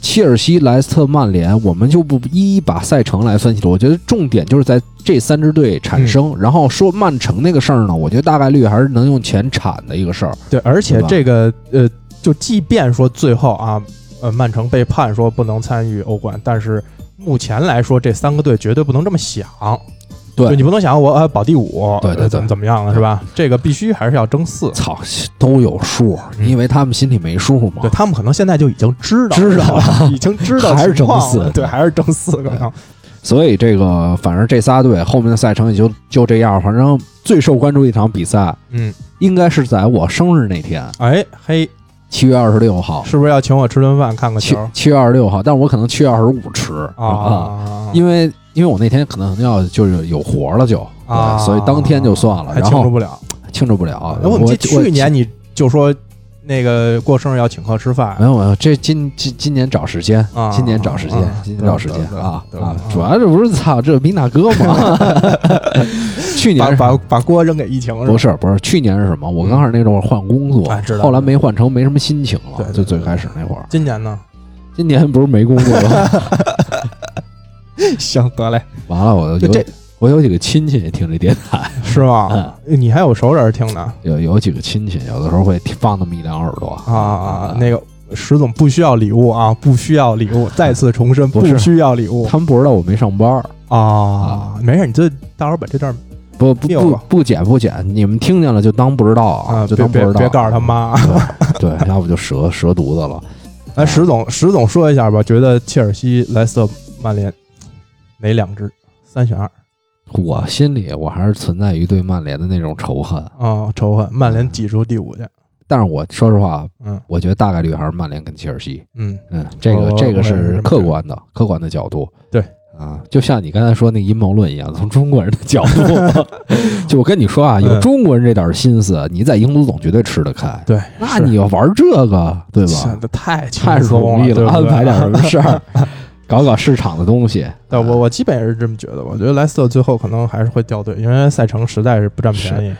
S1: 切尔西、莱斯特、曼联，我们就不一一把赛程来分析了。我觉得重点就是在这三支队产生，
S2: 嗯
S1: 然后说曼城那个事儿呢，我觉得大概率还是能用钱铲的一个事儿。
S2: 对，而且
S1: 对吧
S2: 这个呃，就即便说最后啊，呃，曼城被判说不能参与欧冠，但是目前来说，这三个队绝对不能这么想。就
S1: 对
S2: 你，不能想我呃保第五，
S1: 对对
S2: 呃
S1: 对
S2: 怎么怎么样了是吧？这个必须还是要争四。
S1: 操，都有数，
S2: 嗯
S1: 你以为他们心里没数吗
S2: 对？他们可能现在就已经知道
S1: 知道
S2: 了， *laughs* 已经知道
S1: 还是
S2: 情况
S1: 争四
S2: 了对，还是争四可能。
S1: 所以这个，反正这仨队后面的赛程也就就这样。反正最受关注一场比赛，
S2: 嗯，
S1: 应该是在我生日那天，
S2: 哎嘿，
S1: 七月二十六号。
S2: 是不是要请我吃顿饭看个
S1: 七
S2: 球
S1: 七月二十六号，但我可能七月二十五吃啊，
S2: 啊？
S1: 因为因为我那天可能要就是有活了就
S2: 啊，
S1: 对所以当天就算了，
S2: 还
S1: 然
S2: 庆祝
S1: 后
S2: 不了。
S1: 庆祝不了。啊
S2: 哎，我们
S1: 我
S2: 记去年你就说那个过生日要请客吃饭
S1: 我，没有没有，这今今今年找时间
S2: 啊，
S1: 今年找时间
S2: 啊，
S1: 今年找时间啊
S2: 对对对
S1: 啊
S2: 对！
S1: 主要这不是操这比那哥吗？ *laughs* 去
S2: 把
S1: 年
S2: 把把锅扔给疫情
S1: *laughs* 不
S2: 是吧？
S1: 是不是，去年是什么？我刚开始那会儿换工作
S2: 哎知，道
S1: 后来没换成，没什么心情
S2: 对
S1: 了。
S2: 对
S1: 就最
S2: 对
S1: 开始那会儿，
S2: 今年
S1: *laughs*
S2: 呢？
S1: 今年不是没工作了，
S2: 行，得嘞，
S1: 完了我
S2: 就
S1: 有
S2: 这
S1: 我有几个亲戚也听这
S2: *laughs*
S1: 电台。
S2: 是吗？
S1: 嗯
S2: 你还有熟人听呢
S1: 有有几个亲戚，有的时候会听放那么一两耳朵
S2: 啊
S1: 嗯
S2: 啊！那个石总不需要礼物啊，不需要礼物，再次重申，
S1: 不是
S2: 不需要礼物
S1: 他们不知道我没上班儿，
S2: 啊。没事，你就到时候把这段
S1: 不不
S2: 谬
S1: 不
S2: 了
S1: 不剪不剪，你们听见了就当不知道
S2: 啊，
S1: 就
S2: 别
S1: 当不
S2: 别
S1: 知道，
S2: 别告诉他妈。啊
S1: 对，对，要不就折折犊子了。
S2: 哎，石总，石总说一下吧，觉得切尔西、莱斯特、曼联哪两支？三选二
S1: 我心里我还是存在于对曼联的那种仇恨，
S2: 啊，仇恨曼联挤出第五去。
S1: 但是我说实话，
S2: 嗯
S1: 我觉得大概率还是曼联跟切尔西。
S2: 嗯，
S1: 嗯，这个
S2: 我
S1: 这个
S2: 我也是这
S1: 是
S2: 么
S1: 客
S2: 觉得
S1: 观的，客观的角度。
S2: 对
S1: 啊，就像你刚才说那阴谋论一样，从中国人的角
S2: *laughs*
S1: 度，就我跟你说啊，有
S2: 嗯
S1: 中国人这点心思，你在英足总绝对吃得开。
S2: 对，
S1: 那
S2: 是
S1: 你要玩这个，对吧
S2: 想？的太轻
S1: 太
S2: 松
S1: 容易
S2: 对
S1: 了，
S2: 不
S1: 安
S2: 对
S1: 排点什么事儿，搞搞市场的东西。
S2: *laughs* 对，我我基本也是这么觉得。我觉得莱斯特最后可能还是会掉队，因为赛程实在是不占便宜。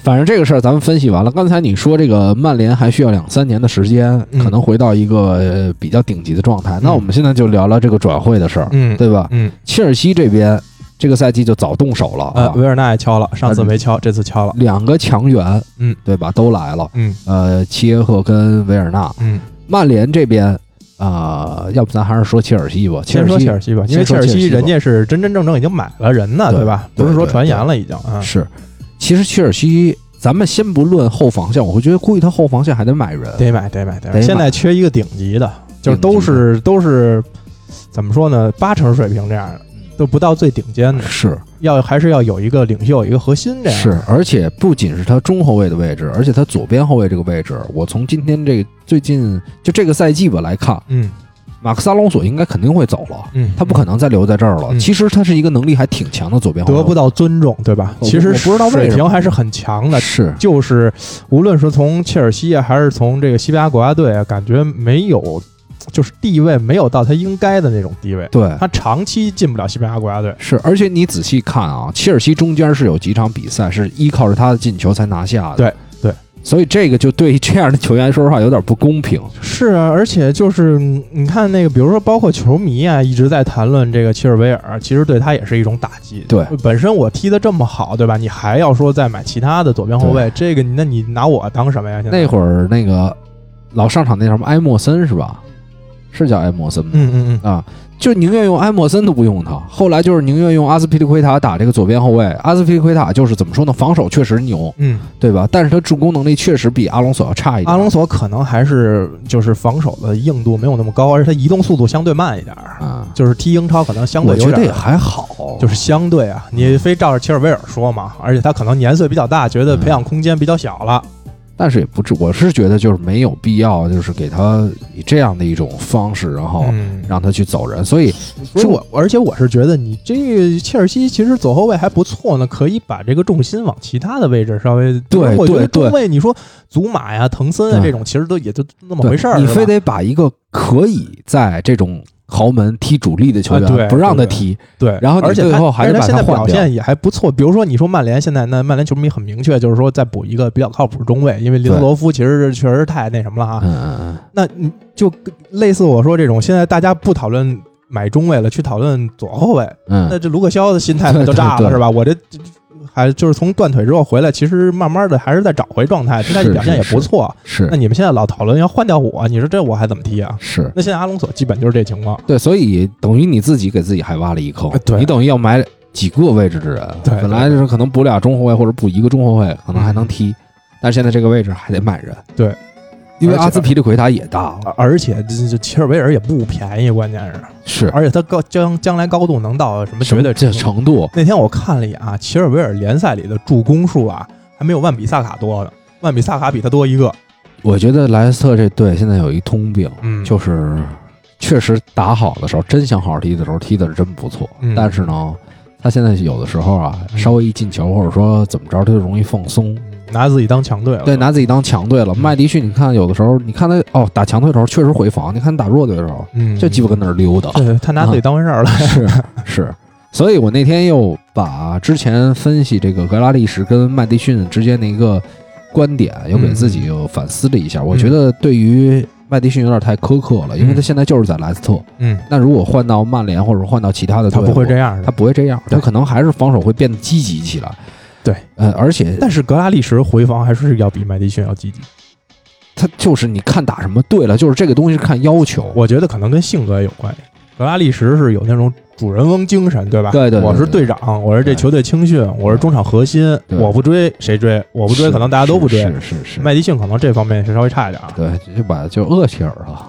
S1: 反正这个事儿咱们分析完了。刚才你说这个曼联还需要两三年的时间，
S2: 嗯
S1: 可能回到一个呃比较顶级的状态。那我们现在就聊聊这个转会的事儿，
S2: 嗯，
S1: 对吧？
S2: 嗯，
S1: 切尔西这边这个赛季就早动手了
S2: 呃
S1: 啊，，
S2: 维尔纳也敲了，上次没敲，这次敲了。
S1: 两个强援，
S2: 嗯，
S1: 对吧？都来了，
S2: 嗯
S1: 呃，齐耶赫跟维尔纳。
S2: 嗯，
S1: 曼联这边啊、要不咱还是说切尔西吧？切
S2: 先
S1: 尔
S2: 说
S1: 西
S2: 切尔西吧，因
S1: 先
S2: 为切
S1: 说
S2: 尔
S1: 切尔
S2: 西
S1: 西吧
S2: 人家是真真正正已经买了人呢，
S1: 对
S2: 对吧？
S1: 对
S2: 不是说
S1: 对
S2: 传言
S1: 对
S2: 了已经啊。
S1: 是，其实切尔西，咱们先不论后防线，我觉得估计他后防线还得买人。
S2: 得买得买得买，
S1: 得
S2: 现
S1: 买
S2: 在缺一个顶级的，就是都是都是怎么说呢？八成水平这样的，都不到最顶尖的，
S1: 是
S2: 要还是要有一个领袖，一个核心这样。
S1: 是，而且不仅是他中后卫的位置，而且他左边后卫这个位置，我从今天这个最近就这个赛季吧来看，
S2: 嗯
S1: 马克萨隆索应该肯定会走了，
S2: 嗯，
S1: 他不可能再留在这儿了。
S2: 嗯
S1: 其实他是一个能力还挺强的左边后卫，
S2: 得不到尊重，对吧？
S1: 我
S2: 其
S1: 我
S2: 实
S1: 不知道为
S2: 水
S1: 什
S2: 平
S1: 么
S2: 还是很强的，
S1: 是
S2: 就是无论是从切尔西啊，还是从这个西班牙国家队啊，感觉没有，就是地位没有到他应该的那种地位。
S1: 对。
S2: 他长期进不了西班牙国家队，
S1: 是，而且你仔细看啊，切尔西中间是有几场比赛是依靠着他的进球才拿下的，
S2: 对对，
S1: 所以这个就对于这样的球员，说实话有点不公平。
S2: 是啊，而且就是嗯你看那个，比如说包括球迷啊，一直在谈论这个切尔维尔，其实对他也是一种打击。
S1: 对，
S2: 本身我踢得这么好，对吧？你还要说再买其他的左边后卫，这个那你拿我当什么呀？现在嗯
S1: 那会儿那个老上场那什么埃莫森是吧？是叫埃默森吗？
S2: 嗯嗯
S1: 啊，就宁愿用埃默森都不用他。后来就是宁愿用阿斯皮利奎塔打这个左边后卫。阿斯皮利奎塔就是怎么说呢，防守确实牛，
S2: 嗯
S1: 对吧？但是他助攻能力确实比阿隆索要差一
S2: 嗯，
S1: 点。
S2: 阿隆索可能还是就是防守的硬度没有那么高，而且他移动速度相对慢一点儿，
S1: 啊，
S2: 就是踢英超可能相
S1: 我
S2: 对有
S1: 觉得也
S2: 点。
S1: 还好，
S2: 就是相对啊，你非照着切尔维尔说嘛，而且他可能年岁比较大，觉得培养空间比较小了。
S1: 但是也不至，我是觉得就是没有必要，就是给他以这样的一种方式，哦然后
S2: 嗯，
S1: 让他去走人。所以
S2: 所以我而且我是觉得你这个切尔西其实左后卫还不错呢，可以把这个重心往其他的位置稍微。
S1: 对
S2: 我觉
S1: 对
S2: 得
S1: 对
S2: 中卫你说祖马呀、滕森啊
S1: 嗯
S2: 这种，其实都也就那么
S1: 对
S2: 回事儿。
S1: 你
S2: 是吧
S1: 非得把一个可以在这种豪门踢主力的球员、
S2: 啊对
S1: 不让他
S2: 对
S1: 踢，
S2: 对，
S1: 然后你
S2: 而且
S1: 最
S2: 他
S1: 后还
S2: 而
S1: 得把
S2: 且他现
S1: 他
S2: 在
S1: 换
S2: 表
S1: 掉
S2: 现也还不错。比如说你说曼联现在那曼联球迷很明确，就是说再补一个比较靠谱的中卫，因为林德
S1: 对
S2: 罗夫其实是确实太那什么了啊。
S1: 嗯嗯嗯，
S2: 那你就类似我说这种，现在大家不讨论买中卫了，去讨论左后卫，
S1: 嗯，
S2: 那这卢克肖的心态可就炸
S1: 对对
S2: 了，
S1: 对
S2: 是吧？我这这还就是从断腿之后回来，其实慢慢的还是在找回状态，
S1: 是
S2: 他表现也不错。那
S1: 是
S2: 你们现在老讨论要换掉我，你说这我还怎么踢啊？
S1: 是，
S2: 那现在阿隆索基本就是这情况，
S1: 对，所以等于你自己给自己还挖了一坑
S2: 哎，对
S1: 你等于要买几个位置的人，
S2: 对对嗯
S1: 本来就是可能补俩中后卫或者补一个中后卫，可能还能踢，但是现在这个位置还得买人，
S2: 对，
S1: 因为
S2: 而且
S1: 阿兹皮利奎塔也大了，
S2: 而而且这这切尔维尔也不便宜，关键是，
S1: 是
S2: 而且他高将将来高度能到什么
S1: 什
S2: 绝
S1: 么
S2: 对
S1: 这
S2: 程度
S1: 程度，
S2: 那天我看了一眼啊，齐尔维尔联赛里的助攻数啊，还没有万比萨卡多呢。万比萨卡比他多一个，
S1: 我觉得莱斯特这队现在有一通病，
S2: 嗯
S1: 就是是确实打好的时候，真想好好踢的时候，踢的是真不错。
S2: 嗯
S1: 但是呢，他现在有的时候啊，
S2: 嗯
S1: 稍微一进球或者说怎么着，他就容易放松，
S2: 拿自己当强队了。
S1: 对，拿自己当强队了。
S2: 嗯
S1: 麦迪逊，你看有的时候，你看他哦，打强队的时候确实回防，你看打弱队的时候，
S2: 嗯，
S1: 就鸡啊巴跟那儿溜达。
S2: 对他拿自己当回事儿了。
S1: 是是，所以我那天又把之前分析这个格拉利什跟麦迪逊之间的一个观点，又给自己又反思了一下。我觉得对于麦迪逊有点太苛刻了，因为他
S2: 嗯
S1: 现在就是在莱斯特。
S2: 嗯，
S1: 那如果换到曼联或者换到其他的
S2: 他
S1: 队伍，
S2: 不会这样的。
S1: 他不会这样，
S2: 对
S1: 他可能还是防守会变得积极起来。
S2: 对，
S1: 呃，而且
S2: 但是格拉利什回防还是要比麦迪逊要积极。
S1: 他就是你看打什么队了，就是这个东西是看要求。
S2: 我觉得可能跟性格有关系。格拉利什是有那种主人翁精神，对吧？
S1: 对对对
S2: 我是
S1: 对
S2: 队长，我是这
S1: 对
S2: 球队青训，我是中场核心，
S1: 对
S2: 我不追谁追？我不追，
S1: 是
S2: 可能大家都不追。
S1: 是是是，
S2: 麦迪逊可能这方面是稍微差一点啊。
S1: 对，就把就厄齐尔了。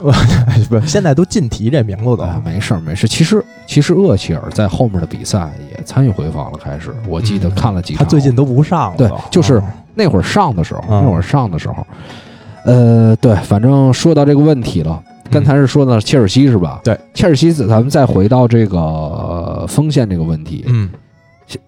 S2: 不，现在都禁提这名字都。
S1: 啊，没事儿没事儿。其实其实厄齐尔在后面的比赛也参与回防了，开始我记得
S2: 嗯
S1: 看了几
S2: 他
S1: 场。
S2: 最近都不上了都，
S1: 对就是
S2: 啊
S1: 那会儿上的时候，
S2: 嗯
S1: 那会儿上的时候，呃，对，反正说到这个问题了。刚才是说到切尔西是吧？
S2: 嗯对，
S1: 切尔西，咱们再回到这个、呃锋线这个问题。
S2: 嗯，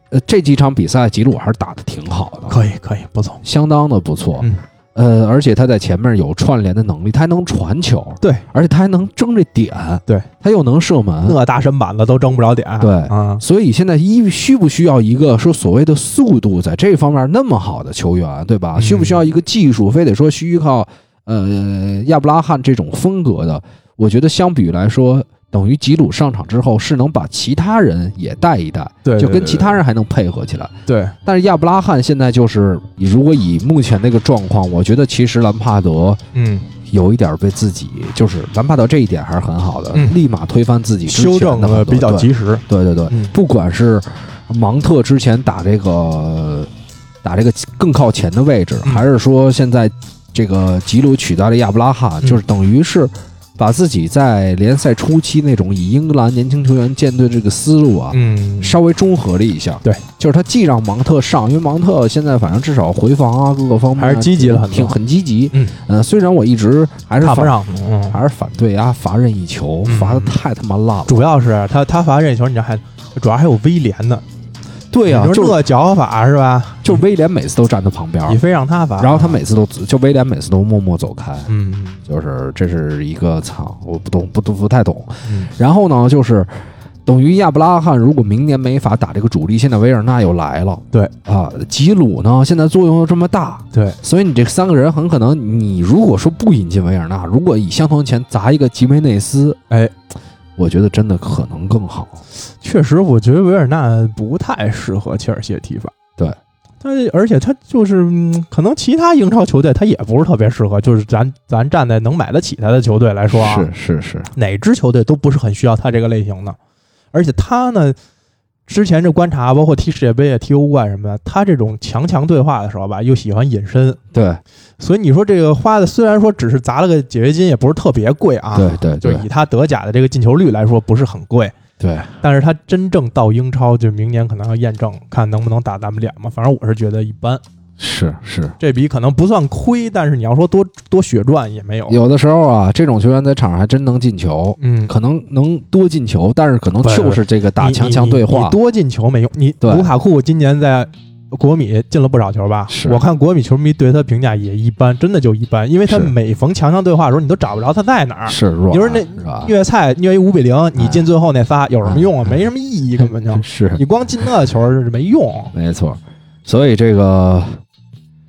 S1: 呃，这几场比赛吉鲁还是打得挺好的，
S2: 可以可以，不错，
S1: 相当的不错。
S2: 嗯
S1: 呃，而且他在前面有串联的能力，他还能传球，
S2: 对，
S1: 而且他还能争这点，
S2: 对，
S1: 他又能射门。
S2: 那大身板子都争不着点，
S1: 对
S2: 啊，
S1: 所以现在一需不需要一个说所谓的速度在这方面那么好的球员，对吧？
S2: 嗯
S1: 需不需要一个技术，非得说需靠呃亚布拉罕这种风格的？我觉得相比于来说，等于吉鲁上场之后是能把其他人也带一带，
S2: 对，
S1: 就
S2: 对
S1: 跟
S2: 对
S1: 其他人还能配合起来。
S2: 对，
S1: 但是亚布拉罕现在就是，如果以目前这个状况，我觉得其实兰帕德
S2: 嗯，
S1: 有一点被自己，就是兰帕德这一点还是很好的，
S2: 嗯
S1: 立马推翻自己之前
S2: 修正
S1: 的很
S2: 的
S1: 多
S2: 比较
S1: 对
S2: 及时，
S1: 对对对，
S2: 嗯
S1: 不管是芒特之前打这个打这个更靠前的位置，
S2: 嗯
S1: 还是说现在这个吉鲁取代了亚布拉罕，
S2: 嗯
S1: 就是等于是把自己在联赛初期那种以英格兰年轻球员建队这个思路啊。
S2: 嗯，
S1: 稍微中和了一下，
S2: 对，
S1: 就是他既让芒特上，因为芒特现在反正至少回防啊各个方面啊
S2: 还是积极了很多
S1: 挺很积极。
S2: 嗯，
S1: 呃，虽然我一直还是
S2: 看不
S1: 反
S2: 上，嗯，
S1: 还是反对啊罚任意球，
S2: 嗯
S1: 罚的太他妈烂了。
S2: 主要是他他罚任意球，你这还主要还有威廉呢，
S1: 对呀、
S2: 你
S1: 就是
S2: 说这脚法是吧？
S1: 就威廉每次都站他旁边儿
S2: 你，非让他罚，
S1: 然后他每次都就威廉每次都默默走开，
S2: 嗯
S1: 就是这是一个操，我不懂，不不不太懂。
S2: 嗯
S1: 然后呢，就是等于亚布拉罕如果明年没法打这个主力，现在维尔纳又来了，
S2: 对
S1: 啊，吉鲁呢现在作用又这么大，
S2: 对，
S1: 所以你这三个人很可能，你如果说不引进维尔纳，如果以相同钱砸一个吉梅内斯，
S2: 哎，
S1: 我觉得真的可能更好。
S2: 确实，我觉得维尔纳不太适合切尔西的踢法。
S1: 对，
S2: 但而且他就是、嗯可能其他英超球队他也不是特别适合，就是咱咱站在能买得起他的球队来说啊，
S1: 是是是，
S2: 哪支球队都不是很需要他这个类型的。而且他呢，之前这观察，包括踢世界杯啊、踢欧冠什么的，他这种强强对话的时候吧，又喜欢隐身，
S1: 对
S2: 所以你说这个花的虽然说只是砸了个解约金，也不是特别贵啊，
S1: 对对
S2: 就
S1: 对
S2: 以他德甲的这个进球率来说，不是很贵。
S1: 对，
S2: 但是他真正到英超，就明年可能要验证，看能不能打咱们脸嘛。反正我是觉得一般，
S1: 是是。
S2: 这笔可能不算亏，但是你要说多多血赚也没有。
S1: 有的时候啊，这种球员在场上还真能进球，
S2: 嗯，
S1: 可能能多进球，但是可能
S2: 不是
S1: 就是这个打
S2: 你
S1: 强强对
S2: 你你
S1: 话
S2: 你，多进球没用。你
S1: 对
S2: 卢卡库今年在国米进了不少球吧？
S1: 是
S2: 我看国米球迷对他评价也一般，真的就一般，因为他
S1: 是
S2: 每逢强强对话的时候，你都找不着他在哪儿。
S1: 是弱，
S2: 你说那
S1: 是吧？
S2: 虐菜虐一五比零，你进最后那仨有什么用啊？
S1: 哎
S2: 没什么意义，根本就
S1: *laughs* 是
S2: 你光进那球是没用。
S1: 没错，所以这个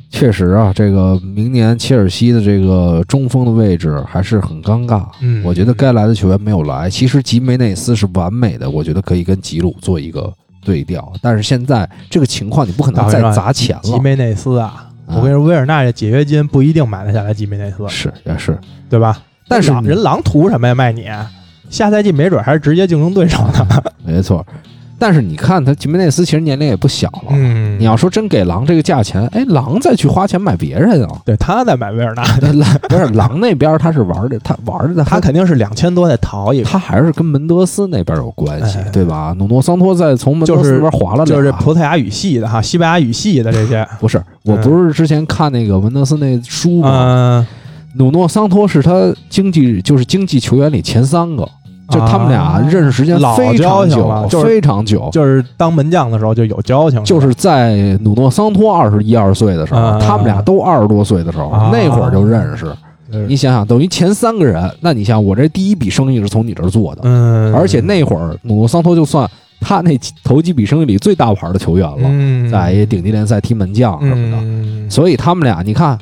S1: 确实啊，这个明年切尔西的这个中锋的位置还是很尴尬。
S2: 嗯
S1: 我觉得该来的球员没有来，其实吉梅内斯是完美的，我觉得可以跟吉鲁做一个对调，但是现在这个情况你不可能再
S2: 当然
S1: 砸钱
S2: 吉
S1: 了。
S2: 梅内斯啊，
S1: 啊
S2: 我跟你说，威尔纳这解约金不一定买得下来吉梅内斯，
S1: 是也是，
S2: 对吧？
S1: 但是
S2: 人
S1: 你
S2: 人狼图什么呀？卖你？啊下赛季没准还是直接竞争对手呢。
S1: 没错。但是你看他吉梅内斯其实年龄也不小了，
S2: 嗯。
S1: 你要说真给狼这个价钱，哎，狼再去花钱买别人啊
S2: *laughs* 对他在买威尔纳，
S1: 狼不是狼那边他是玩的，他玩的
S2: 他肯定是两千多再淘一个。
S1: 他还是跟门德斯那边有关系
S2: 哎，
S1: 对吧？努诺桑托在从门德
S2: 就
S1: 斯
S2: 是
S1: 那边划了俩
S2: 就是这葡萄牙语系的哈，西班牙语系的这 *laughs* 些，
S1: 不是，我不是之前看那个门德斯那书吗？
S2: 嗯，
S1: 努诺桑托是他经济就是经济球员里前三个，就他们俩
S2: 啊
S1: 认识时间
S2: 老
S1: 非
S2: 交
S1: 常
S2: 情了就
S1: 久，
S2: 是
S1: 非常久。
S2: 就是当门将的时候就有交情，
S1: 就是在努诺桑托二十一二岁的时候，
S2: 嗯啊
S1: 他们俩都二十多岁的时候，
S2: 啊
S1: 那会儿就认识。
S2: 就是
S1: 你想想，等于前三个人，那你想，我这第一笔生意是从你这儿做的，
S2: 嗯，
S1: 而且那会儿努诺桑托就算他那几头几笔生意里最大牌的球员了，
S2: 嗯
S1: 在顶级联赛踢门将什么的，
S2: 嗯
S1: 所以他们俩你看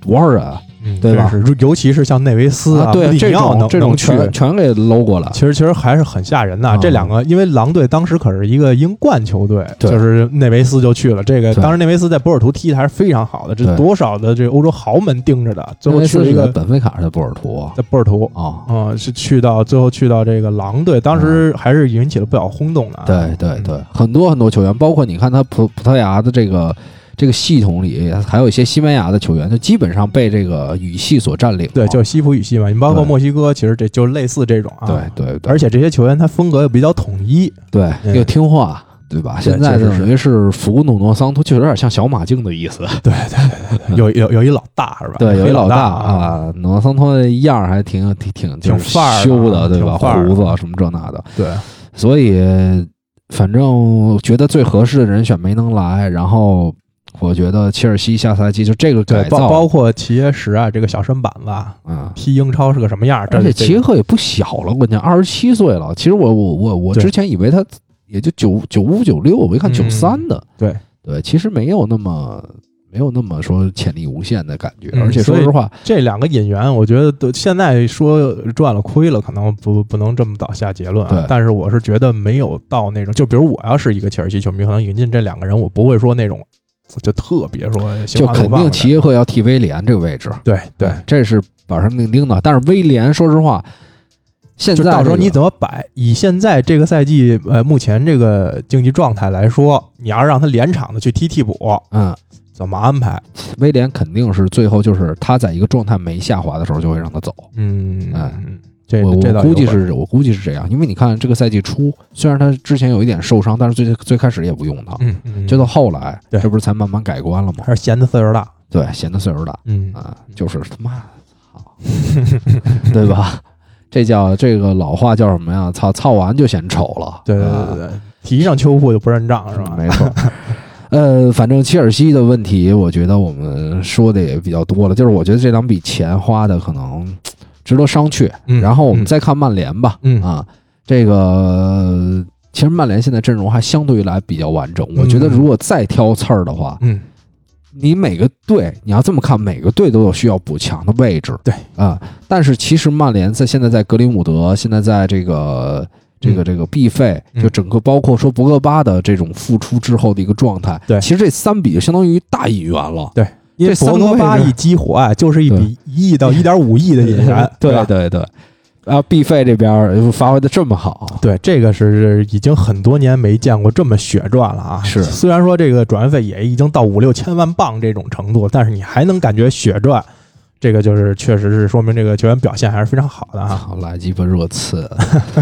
S1: 多少人
S2: 嗯
S1: 对吧
S2: 真是尤其是像内维斯
S1: 啊？对，
S2: 利
S1: 这
S2: 尼奥
S1: 种
S2: 能
S1: 这种
S2: 能去
S1: 全全给搂过来，
S2: 其实其实还是很吓人的。
S1: 啊
S2: 这两个，因为狼队当时可是一个英冠球队，
S1: 对
S2: 就是内维斯就去了。这个
S1: 对
S2: 当时内维斯在波尔图踢的还是非常好的，这
S1: 对
S2: 多少的这欧洲豪门盯着的，最
S1: 因
S2: 后
S1: 为
S2: 去了
S1: 是
S2: 一
S1: 在
S2: 个
S1: 本菲卡是在波尔图
S2: 在波尔图。
S1: 啊，
S2: 嗯，是去到最后去到这个狼队，当时还是引起了不小轰动的啊。
S1: 对对
S2: 嗯
S1: 对，很多很多球员，包括你看他葡葡萄牙的这个。这个系统里还有一些西班牙的球员，就基本上被这个语系所占领了。
S2: 对，就是西普语系嘛，你包括
S1: 对
S2: 墨西哥，其实这就类似这种啊。
S1: 对，对对，
S2: 而且这些球员他风格又比较统一，
S1: 对，
S2: 嗯
S1: 又听话，对吧？
S2: 对
S1: 现在
S2: 确实
S1: 等于是服努诺桑托，就有点像小马竞的意
S2: *laughs*
S1: 思。
S2: 对对对，有有有一老大是吧？
S1: 嗯对，有一老
S2: 大
S1: 大，啊，努诺桑托的样儿还挺挺挺就
S2: 挺
S1: 是
S2: 范儿的
S1: 修的，对
S2: 挺
S1: 吧？
S2: 范儿的
S1: 胡子啊什么这那的，
S2: 对，
S1: 所以反正觉得最合适的人选没能来，然后我觉得切尔西下赛季就这个
S2: 对
S1: 改，
S2: 包
S1: 造，
S2: 包括齐耶什啊，这个小身板子啊，
S1: 嗯。
S2: 踢英超是个什么样儿？这
S1: 而且
S2: 这
S1: 齐耶赫也不小了，关键二十七岁了。其实我我我我
S2: 对
S1: 之前以为他也就九九五九六，我一看
S2: 嗯
S1: 九三的，
S2: 对
S1: 对，其实没有那么没有那么说潜力无限的感觉。
S2: 嗯
S1: 而且说
S2: 所以
S1: 实话，
S2: 这两个引援，我觉得都现在说赚了亏了，可能不不能这么早下结论啊
S1: 对。
S2: 但是我是觉得没有到那种，就比如我要是一个切尔西球迷，可能引进这两个人，我不会说那种就特别说心
S1: 就
S2: 花怒
S1: 肯
S2: 放
S1: 定
S2: 的
S1: 齐耶赫要替威廉这个位置，
S2: 对对，，
S1: 这是板上钉钉的。但是威廉，说实话，现
S2: 就
S1: 在、
S2: 到时候你
S1: 么
S2: 怎么摆？以现在这个赛季呃目前这个竞技状态来说，你要是让他连场的去踢替补，
S1: 嗯，
S2: 怎么安排？
S1: 威廉肯定是最后就是他在一个状态没下滑的时候就会让他走。
S2: 嗯
S1: 哎
S2: 嗯，这
S1: 我
S2: 这
S1: 我
S2: 倒
S1: 估
S2: 有
S1: 计
S2: 可能
S1: 是我估计是这样，因为你看这个赛季初，虽然他之前有一点受伤，但是最最开始也不用他，
S2: 嗯嗯，
S1: 就到后来，
S2: 对
S1: 这不是才慢慢改观了吗？
S2: 还是闲的岁数大，
S1: 对，显得岁数大。
S2: 嗯
S1: 啊，就是他妈的，操， *laughs* 对吧？这叫这个老话叫什么呀？操，操完就显丑了。
S2: 对对
S1: 啊
S2: 对对，对，提上秋裤就不认账是吧？
S1: 没错。呃，反正切尔西的问题，我觉得我们说的也比较多了。就是我觉得这两笔钱花的可能嘖值得商榷。
S2: 嗯
S1: 然后我们再看曼联吧。
S2: 嗯
S1: 啊，这个其实曼联现在阵容还相对于来比较完整。我觉得
S2: 嗯
S1: 如果再挑刺儿的话，
S2: 嗯，
S1: 你每个队，你要这么看，每个队都有需要补强的位置。
S2: 对
S1: 啊、但是其实曼联在现在在格林伍德，现在在这个这个这个 B 费，
S2: 嗯
S1: 就整个包括说博格巴的这种复出之后的一个状态，
S2: 对
S1: 其实这三笔就相当于大引援了。
S2: 因为
S1: 这三
S2: 博
S1: 个
S2: 格
S1: 位
S2: 巴
S1: 置，
S2: 一激活啊，就是一笔一亿到一点五亿的 *laughs* 引援
S1: 对
S2: 吧？
S1: 对对，啊，B 费这边儿发挥的这么好，
S2: 对，这个是已经很多年没见过这么血赚了啊！
S1: 是
S2: 虽然说这个转会费也已经到五六千万镑这种程度，但是你还能感觉血赚，这个就是确实是说明这个球员表现还是非常好的啊！
S1: 操，拉鸡巴热刺，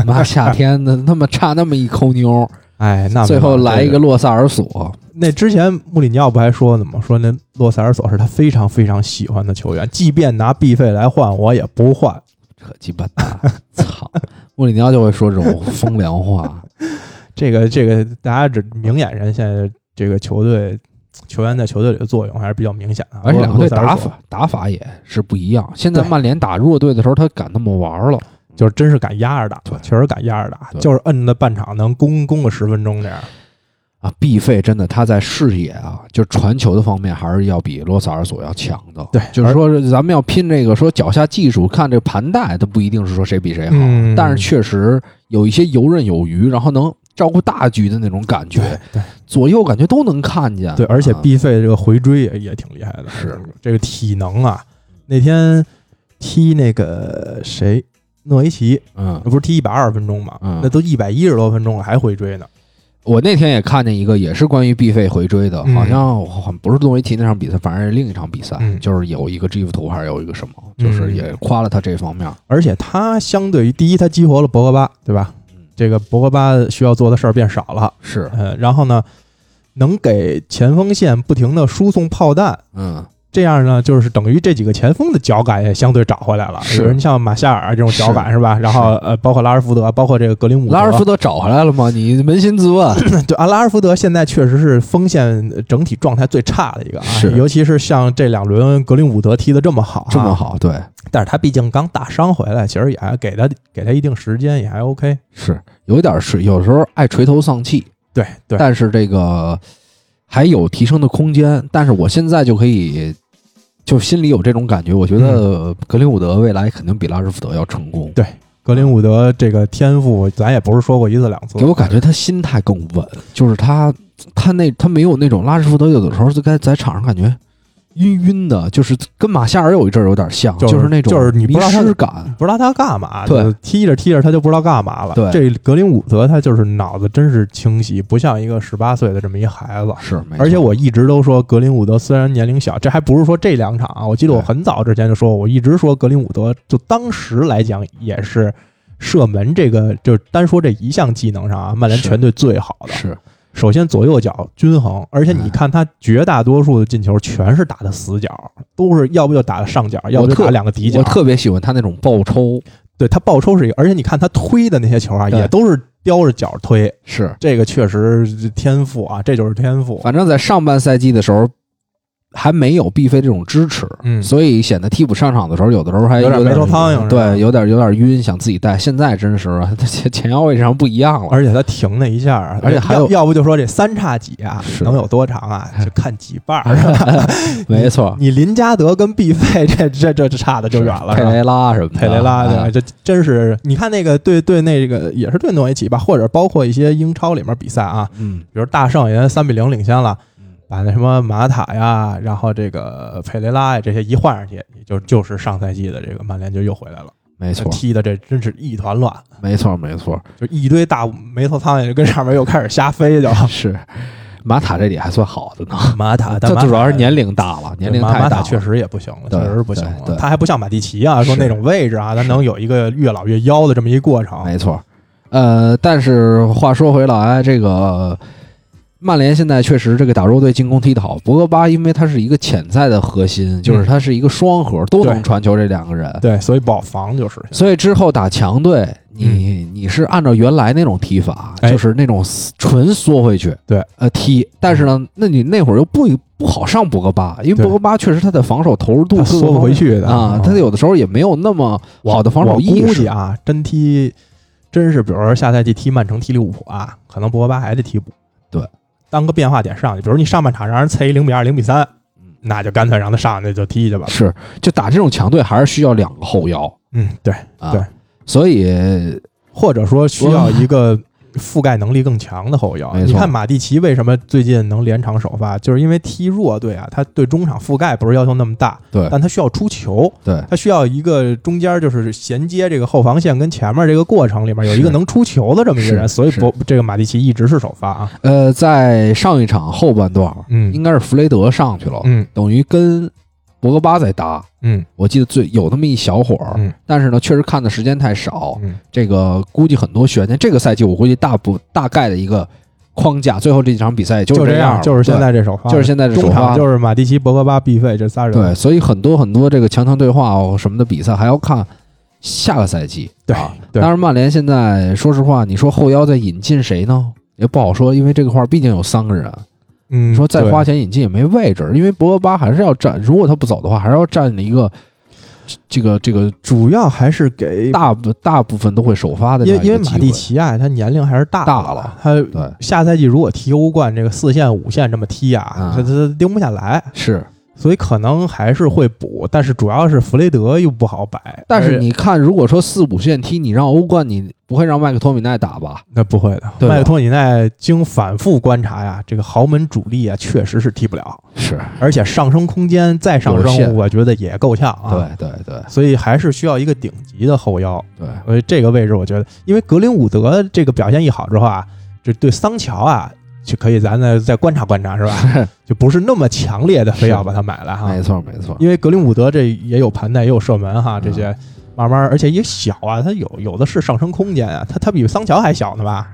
S1: 妈夏天的他妈差那么一抠妞儿，
S2: 哎，那没
S1: 最后
S2: 办法
S1: 来一
S2: 这
S1: 个洛萨尔索，
S2: 那之前穆里尼奥不还说呢吗？说那洛塞尔索是他非常非常喜欢的球员，即便拿 B 费来换，我也不换。
S1: 扯鸡巴蛋，操！穆里尼奥就会说这种风凉
S2: *laughs*
S1: 话，
S2: 这个这个，大家只明眼人现在这个球队球员在球队里的作用还是比较明显的啊，
S1: 而且两个队
S2: 洛塞尔
S1: 打
S2: 索
S1: 法打法也是不一样。现在
S2: 对
S1: 曼联打弱队的时候，他敢那么玩了，
S2: 就是真是敢压着打
S1: 对，
S2: 确实敢压着打，
S1: 对
S2: 就是摁的半场能攻攻个十分钟这样。
S1: 啊，B 费真的他在视野啊，就是传球的方面还是要比洛萨尔索要强的。
S2: 对
S1: 就是说咱们要拼这个说脚下技术，看这盘带，它不一定是说谁比谁好，
S2: 嗯
S1: 但是确实有一些游刃有余，然后能照顾大局的那种感觉，
S2: 对
S1: 左右感觉都能看见。
S2: 对，而且
S1: 啊
S2: B 费这个回追也也挺厉害的，
S1: 是
S2: 这个体能啊，那天踢那个谁诺维奇，
S1: 嗯，
S2: 不是踢一百二十分钟嘛
S1: 嗯，
S2: 那都一百一十多分钟了还回追呢。
S1: 我那天也看见一个，也是关于 B 费回追的，
S2: 嗯
S1: 好像我好像不是诺维奇那场比赛，反正是另一场比赛，
S2: 嗯
S1: 就是有一个 GIF 图还是有一个什么，就是
S2: 嗯
S1: 也夸了他这方面。
S2: 而且他相对于第一，他激活了博格巴，对吧
S1: 嗯？
S2: 这个博格巴需要做的事儿变少了，
S1: 是，
S2: 呃，然后呢，能给前锋线不停的输送炮弹，
S1: 嗯，
S2: 这样呢，就是等于这几个前锋的脚感也相对找回来了。
S1: 是
S2: 有人像马夏尔啊这种脚感是吧？然后呃，包括拉什福德，包括这个格林伍德。
S1: 拉尔福德找回来了吗？你扪心自问，
S2: *laughs* 对啊，拉什福德现在确实是锋线整体状态最差的一个啊，
S1: 是
S2: 尤其是像这两轮格林伍德踢得这么好、啊，
S1: 这么，好，对，
S2: 但是他毕竟刚大伤回来，其实也还给他给他一定时间，也还 OK。
S1: 是有点是有时候爱垂头丧气，
S2: 对对，
S1: 但是这个还有提升的空间。但是我现在就可以，就心里有这种感觉，我觉
S2: 嗯
S1: 得格林伍德未来肯定比拉什福德要成功。
S2: 格林伍德这个天赋，咱也不是说过一次两次
S1: 给，我感觉他心态更稳，就是他他那他没有那种拉什福德有的时候就该在场上感觉晕晕的，就是跟马夏尔有一阵儿有点像，
S2: 就是
S1: 是那种
S2: 就是你不
S1: 迷
S2: 知道他
S1: 失感。
S2: 不知道他干嘛，
S1: 对，
S2: 踢着踢着他就不知道干嘛了。
S1: 对
S2: 这格林伍德他就是脑子真是清晰，不像一个十八岁的这么一孩子。
S1: 是，没
S2: 而且
S1: 错
S2: 我一直都说格林伍德虽然年龄小，这还不是说这两场啊。我记得我
S1: 对
S2: 很早之前就说过，我一直说格林伍德就当时来讲也是射门这个，就是单说这一项技能上啊，曼联
S1: 是
S2: 全队最好的。
S1: 是
S2: 首先左右脚均衡，而且你
S1: 哎
S2: 看他绝大多数的进球全是打的死角，都是要不就打的上角，要不就
S1: 特
S2: 打两个底角
S1: 我。特别喜欢他那种爆抽，
S2: 对他爆抽是一个，而且你看他推的那些球啊，
S1: 对
S2: 也都是叼着脚推，
S1: 是，
S2: 这个确实是天赋啊，这就是天赋。
S1: 反正在上半赛季的时候还没有毕飞这种支持，
S2: 嗯
S1: 所以显得替补上场的时候，有的时候还
S2: 有点
S1: 点
S2: 没头苍蝇是吧
S1: 对，有点有点晕，想自己带。现在真是 *laughs* 啊前前腰位置上不一样了，
S2: 而且他停那一下啊，
S1: 而且还有
S2: 要要不就说这三叉戟啊，
S1: 是哎
S2: 能有多长啊？就看几瓣儿。是吧
S1: 没错，
S2: *laughs* 你林加德跟毕费这这这这差的就是远了。
S1: 佩
S2: 是吧
S1: 雷拉什么的，
S2: 佩雷拉对吧？
S1: 哎
S2: 这真是你看那个对对那个也是对诺维奇吧，或者包括一些英超里面比赛啊，
S1: 嗯，
S2: 比如大圣也三比零领先了
S1: 嗯，
S2: 把那什么马塔呀，然后这个佩雷拉呀这些一换上去，也就就是上赛季的这个曼联就又回来了，
S1: 没错，
S2: 踢的这真是一团乱，
S1: 没错，没错，
S2: 就一堆大没头苍蝇就跟上面又开始瞎
S1: *laughs*
S2: 飞就。
S1: 是马塔这里还算好的呢，
S2: 马塔，啊但
S1: 他
S2: 马塔
S1: 主要是年龄大了，年龄
S2: 马
S1: 太
S2: 马
S1: 大
S2: 塔
S1: 了，
S2: 确实也不行了，
S1: 对
S2: 确实是不行
S1: 对
S2: 了
S1: 对。
S2: 他还不像马蒂奇啊，说
S1: 是
S2: 那种位置啊，他
S1: 是
S2: 能有一个越老越妖的这么一过程。
S1: 没错。呃，但是话说回来，啊这个曼联现在确实这个打弱队进攻踢得好。博格巴因为他是一个潜在的核心，就是他是一个双核，都能
S2: 嗯对
S1: 传球这两个人。
S2: 对，所以不好防就是。
S1: 所以之后打强队，你、你是按照原来那种踢法，
S2: 哎
S1: 就是那种死纯缩回去，
S2: 对，
S1: 呃踢。但是呢，那你那会儿又不不好上博格巴，因为
S2: 对
S1: 博格巴确实他的防守投入度
S2: 他
S1: 各
S2: 缩
S1: 个
S2: 不
S1: 方
S2: 回
S1: 面
S2: 去的
S1: 啊，他有的时候也没有那么好的防守意
S2: 我估
S1: 识
S2: 计。啊，真踢，真是比如说下赛季踢曼城、踢利物浦啊，可能博格巴还得替补。
S1: 对，
S2: 当个变化点上去，比如你上半场让人菜一零比二、零比三
S1: 嗯，
S2: 那就干脆让他上去就踢去吧。
S1: 是，就打这种强队还是需要两个后腰
S2: 嗯，对，
S1: 啊。
S2: 对，
S1: 所以
S2: 或者说需要一个覆盖能力更强的后腰。
S1: 没错
S2: 你看马蒂奇为什么最近能连场首发，就是因为踢弱队啊，他对中场覆盖不是要求那么大，
S1: 对
S2: 但他需要出球，
S1: 对，
S2: 他需要一个中间就是衔接这个后防线跟前面这个过程里面有一个
S1: 是
S2: 能出球的这么一个人，
S1: 是
S2: 所以博这个马蒂奇一直是首发啊。
S1: 呃，在上一场后半段，
S2: 嗯
S1: 应该是弗雷德上去了，
S2: 嗯
S1: 等于跟博格巴在搭。
S2: 嗯
S1: 我记得最有那么一小会儿，
S2: 嗯
S1: 但是呢，确实看的时间太少，
S2: 嗯，
S1: 这个估计很多悬念。这个赛季我估计大不大概的一个框架，最后这几场比赛也
S2: 就
S1: 这
S2: 样，
S1: 了
S2: 就是现在这首发，
S1: 对就是现在这首
S2: 中
S1: 发
S2: 场就是马蒂奇、博格巴、必费这仨人。
S1: 对，所以很多很多这个强强对话哦什么的比赛还要看下个赛季。
S2: 对
S1: 啊，
S2: 对
S1: 当然曼联现在说实话，你说后腰再引进谁呢？也不好说，因为这个话毕竟有三个人，
S2: 嗯，
S1: 你说再
S2: 对
S1: 花钱引进也没位置，因为博格巴还是要占，如果他不走的话，还是要占一个这个这个
S2: 主要还是给，
S1: 大部大部分都会首发的这
S2: 因
S1: 样
S2: 为
S1: 一
S2: 因为
S1: 个机
S2: 马
S1: 会。
S2: 蒂奇啊，他年龄还是大
S1: 大了
S2: 了，他
S1: 对，
S2: 下赛季如果踢欧冠这个四线五线这么踢啊
S1: 啊，
S2: 他他他盯不下来，
S1: 是，
S2: 所以可能还是会补，但是主要是弗雷德又不好摆，
S1: 但
S2: 而
S1: 是
S2: 且
S1: 你看，如果说四五线踢，你让欧冠，你不会让麦克托米奈打吧？
S2: 那不会的，
S1: 对吧
S2: 麦克托尼奈经反复观察呀，这个豪门主力啊确实是踢不了，
S1: 是，
S2: 而且上升空间再上
S1: 有限
S2: 升，我觉得也够呛啊。
S1: 对对对
S2: 所以还是需要一个顶级的后腰。
S1: 对，
S2: 所以这个位置，我觉得，因为格林伍德这个表现一好之后啊，这对桑乔啊，就可以咱再再观察观察，是吧？就不是那么强烈的非要把他买来哈
S1: 没。错没错。
S2: 因为格林伍德这也有盘带，也有射门哈，这
S1: 嗯
S2: 些慢慢，而且也小啊，他有有的是上升空间啊，他他比桑乔还小呢吧。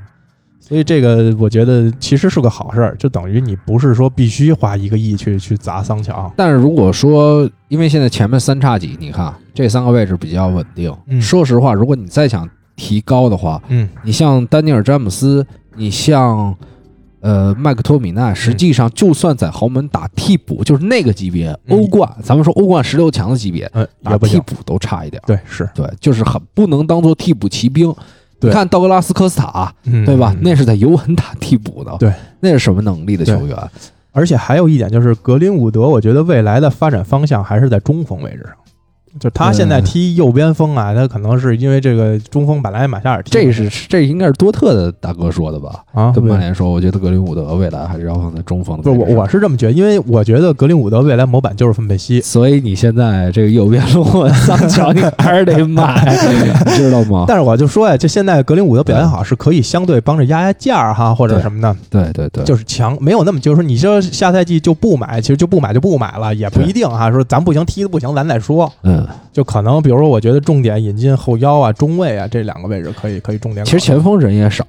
S2: 所以这个我觉得其实是个好事儿，就等于你不是说必须花一个亿去去砸桑乔，
S1: 但是如果说，因为现在前面三叉戟，你看这三个位置比较稳定。
S2: 嗯
S1: 说实话，如果你再想提高的话，
S2: 嗯，
S1: 你像丹尼尔·詹姆斯，你像呃麦克托米奈，实际上就算在豪门打替补，就是那个级别，
S2: 嗯
S1: 欧冠，咱们说欧冠十六强的级别，
S2: 呃，
S1: 打
S2: 也不
S1: 替
S2: 行，
S1: 补都差一点。
S2: 对，是，
S1: 对，就是很不能当做替补骑兵。
S2: 对
S1: 你看道格拉斯·科斯塔，
S2: 嗯，
S1: 对吧？
S2: 嗯
S1: 那是在尤文打替补的，
S2: 对，
S1: 那是什么能力的球员？
S2: 而且还有一点就是，格林伍德，我觉得未来的发展方向还是在中锋位置上。就他现在踢右边锋啊，他可能是因为这个中锋本来马夏尔踢
S1: 这是这应该是多特的大哥说的吧？
S2: 啊，
S1: 跟
S2: 对
S1: 曼联说，我觉得格林伍德未来还是要放在中锋的
S2: 不
S1: 位置
S2: 是我
S1: 上。
S2: 我是这么觉得，因为我觉得格林伍德未来模板就是范佩西，
S1: 所以你现在这个右边路桑乔，你还是得
S2: *laughs*
S1: 买，知道吗？
S2: 但是我就说呀，这现在格林伍德表现好是可以相对帮着压压价儿哈，或者什么的，
S1: 对对对，
S2: 就是强，没有那么就是说你说下赛季就不买，其实就不买就不买了，也不一定哈，说咱不行踢的不行咱再说，
S1: 嗯，
S2: 就可能比如说我觉得重点引进后腰啊、中卫啊这两个位置可以可以重点考
S1: 其
S2: 虑。
S1: 实前锋人也少，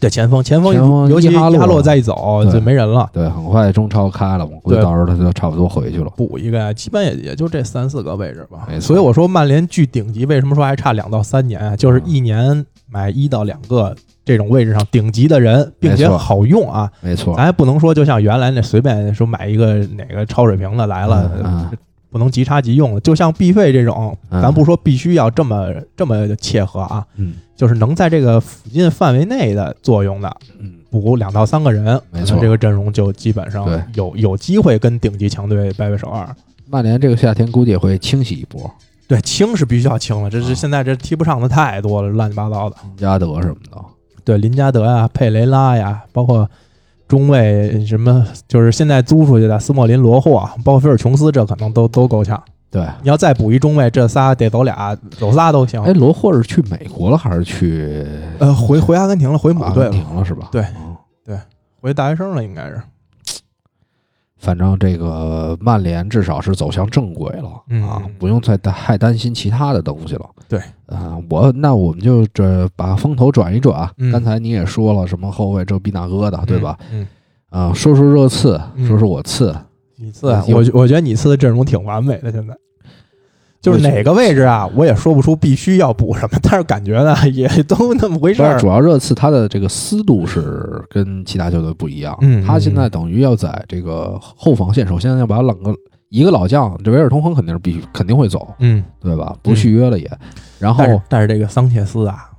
S2: 对前锋，前锋
S1: 前锋
S2: 尤其
S1: 伊哈洛
S2: 伊洛再一走
S1: 对
S2: 就没人了，
S1: 对，很快中超开了，我估计
S2: 对
S1: 到时候他就差不多回去了。
S2: 补一个呀，基本也也就这三四个位置吧
S1: 没。错
S2: 所以我说曼联距顶级为什么说还差两到三年啊？就是一年买一到两个这种位置上顶级的人，并且
S1: 没错
S2: 好用啊，
S1: 没错
S2: 咱，还不能说就像原来那随便说买一个哪个超水平的来了。
S1: 嗯嗯
S2: 不能即插即用的，就像必费这种，
S1: 嗯
S2: 咱不说必须要这么这么切合啊，
S1: 嗯
S2: 就是能在这个附近范围内的作用的，
S1: 嗯，
S2: 补两到三个人，
S1: 没错
S2: 那这个阵容就基本上
S1: 对
S2: 有有机会跟顶级强队掰掰手腕。
S1: 曼联这个夏天估计也会清洗一波，
S2: 对，清是必须要清了，这
S1: 啊
S2: 是现在这踢不上的太多了，乱七八糟的。
S1: 加德什么的。
S2: 对，林加德呀、佩雷拉呀，包括中卫什么，就是现在租出去的斯莫林、罗霍，啊包括菲尔琼斯，这可能都都够呛。
S1: 对，
S2: 你要再补一中卫，这仨得走俩，走仨都行。
S1: 哎，罗霍是去美国了还是去
S2: 呃，回回阿根廷了，回母
S1: 阿
S2: 队
S1: 根
S2: 了，
S1: 廷了是吧？
S2: 对
S1: 嗯
S2: 回大学生了，应该是。
S1: 反正这个曼联至少是走向正轨了、
S2: 嗯
S1: 啊，不用再太担心其他的东西了。
S2: 对，
S1: 啊、我那我们就这把风头转一转。
S2: 嗯
S1: 刚才你也说了什么后卫这逼那哥的，对吧？？
S2: 嗯，
S1: 啊、说说热刺，
S2: 嗯
S1: 说说我刺，
S2: 你次，啊我觉我觉得你次的阵容挺完美的，现在。就是哪个位置啊，我也说不出必须要补什么，但是感觉呢也都那么回事
S1: 不是
S2: 儿
S1: 主。要热刺他的这个思路是跟其他球队不一样。
S2: 嗯
S1: 他现在等于要在这个后防线，首先要把两个一个老将，这维尔通亨肯定是必须肯定会走，
S2: 嗯，
S1: 对吧？不续约了也，然后
S2: 但是但是这个桑切斯啊，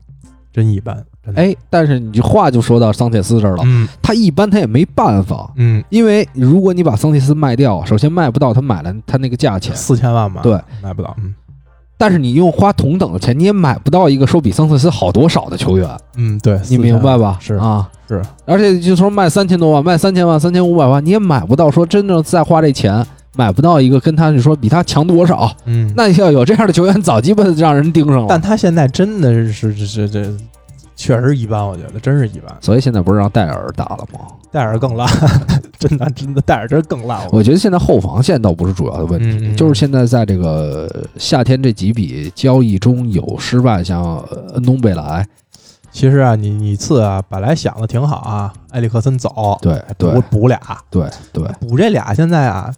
S2: 真一般。真的，
S1: 哎，但是你话就说到桑切斯这儿了，
S2: 嗯
S1: 他一般他也没办法，
S2: 嗯，
S1: 因为如果你
S2: 嗯
S1: 把桑切斯卖掉，首先卖不到他买了他那个价钱，
S2: 啊四千万吧，
S1: 对，
S2: 买不到。嗯
S1: 但是你用花同等的钱，你也买不到一个说比桑切斯好多少的球员，
S2: 嗯，对，
S1: 你明白吧？
S2: 是
S1: 啊，
S2: 是。
S1: 而且就说卖三千多万、卖三千万、三千五百万，你也买不到说真正再花这钱买不到一个跟他你说比他强多少。
S2: 嗯，
S1: 那要有这样的球员，早鸡巴让人盯上了。
S2: 但他现在真的是这这这，确实一般，我觉得真是一般。
S1: 所以现在不是让戴尔打了吗？
S2: 戴尔更烂， *laughs* 真的真的戴尔真更烂。
S1: 我觉得现在后防线倒不是主要的问题，
S2: 嗯嗯
S1: 就是现在在这个夏天这几笔交易中有失败，像呃恩东贝莱，
S2: 其实啊，你你次啊，本来想的挺好啊，埃里克森走，
S1: 对对
S2: 补补俩，
S1: 对对，
S2: 补这俩现在啊，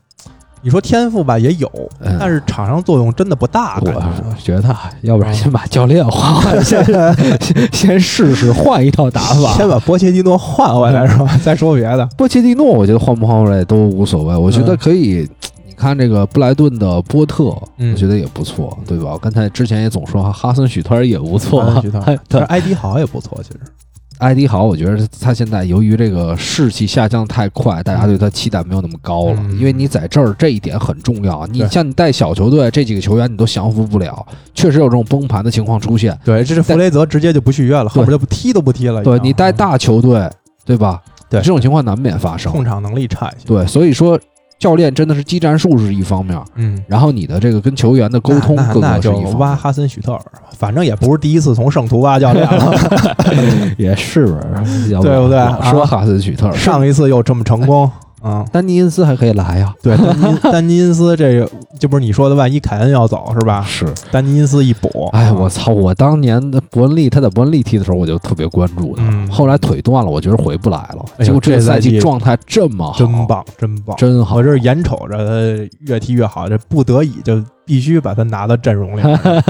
S2: 你说天赋吧也有，
S1: 嗯
S2: 但是场上作用真的不大，感
S1: 我哦
S2: 觉
S1: 觉得啊要不然先把教练换
S2: *laughs*
S1: 换，先先 *laughs* 先试试换一套打
S2: 先
S1: 法。
S2: 把波切蒂诺换回来是吧？再说别的，
S1: 波切蒂诺，我觉得换不换回来都无所谓，我觉得
S2: 嗯
S1: 可以。你看这个布莱顿的波特，
S2: 嗯
S1: 我觉得也不错，对吧？我刚才之前也总说哈森许特尔也不错，
S2: 安许特其实
S1: 对
S2: 埃迪豪也不错，其实
S1: 埃迪豪，我觉得他现在由于这个士气下降太快，大家对他期待没有那么高了。
S2: 嗯
S1: 因为你在这儿这一点很重要，啊你
S2: 对
S1: 像你带小球队这几个球员你都降服不了，确实有这种崩盘的情况出现。
S2: 对，这是弗
S1: 但
S2: 雷泽直接就不续约了，后边就不踢都不踢了。
S1: 对
S2: 已经
S1: 你带大球队，对吧？
S2: 嗯对
S1: 这种情况难免发生。
S2: 控场能力差一些，
S1: 对，所以说教练真的是技战术是一方面，
S2: 嗯。
S1: 然后你的这个跟球员的沟通
S2: 那
S1: 更
S2: 那那
S1: 多是
S2: 就
S1: 一方
S2: 挖
S1: 面。
S2: 哈森许特尔吧，反正也不是第一次从圣徒挖教练 *laughs* 了，
S1: *laughs* 也是，要
S2: 对不对
S1: 老
S2: 啊
S1: 说哈森许特尔，
S2: 上一次又这么成 *laughs* 功，嗯，
S1: 丹尼恩斯还可以来啊呀。
S2: 对，丹 *laughs* 尼丹尼因斯这个，这不是你说的，万一凯恩要走是吧？
S1: 是，
S2: 丹尼因斯一补，
S1: 哎，我操！我当年的伯恩利，他在伯恩利踢的时候，我就特别关注他。
S2: 嗯
S1: 后来腿断了，我觉得回不来了。
S2: 哎呦
S1: 结果这
S2: 这
S1: 个
S2: 赛
S1: 赛季
S2: 季
S1: 状态这么好，
S2: 真，棒，真棒！
S1: 真好
S2: 我。这是眼瞅着他越踢越好，这不得已就必须把他拿到阵容里，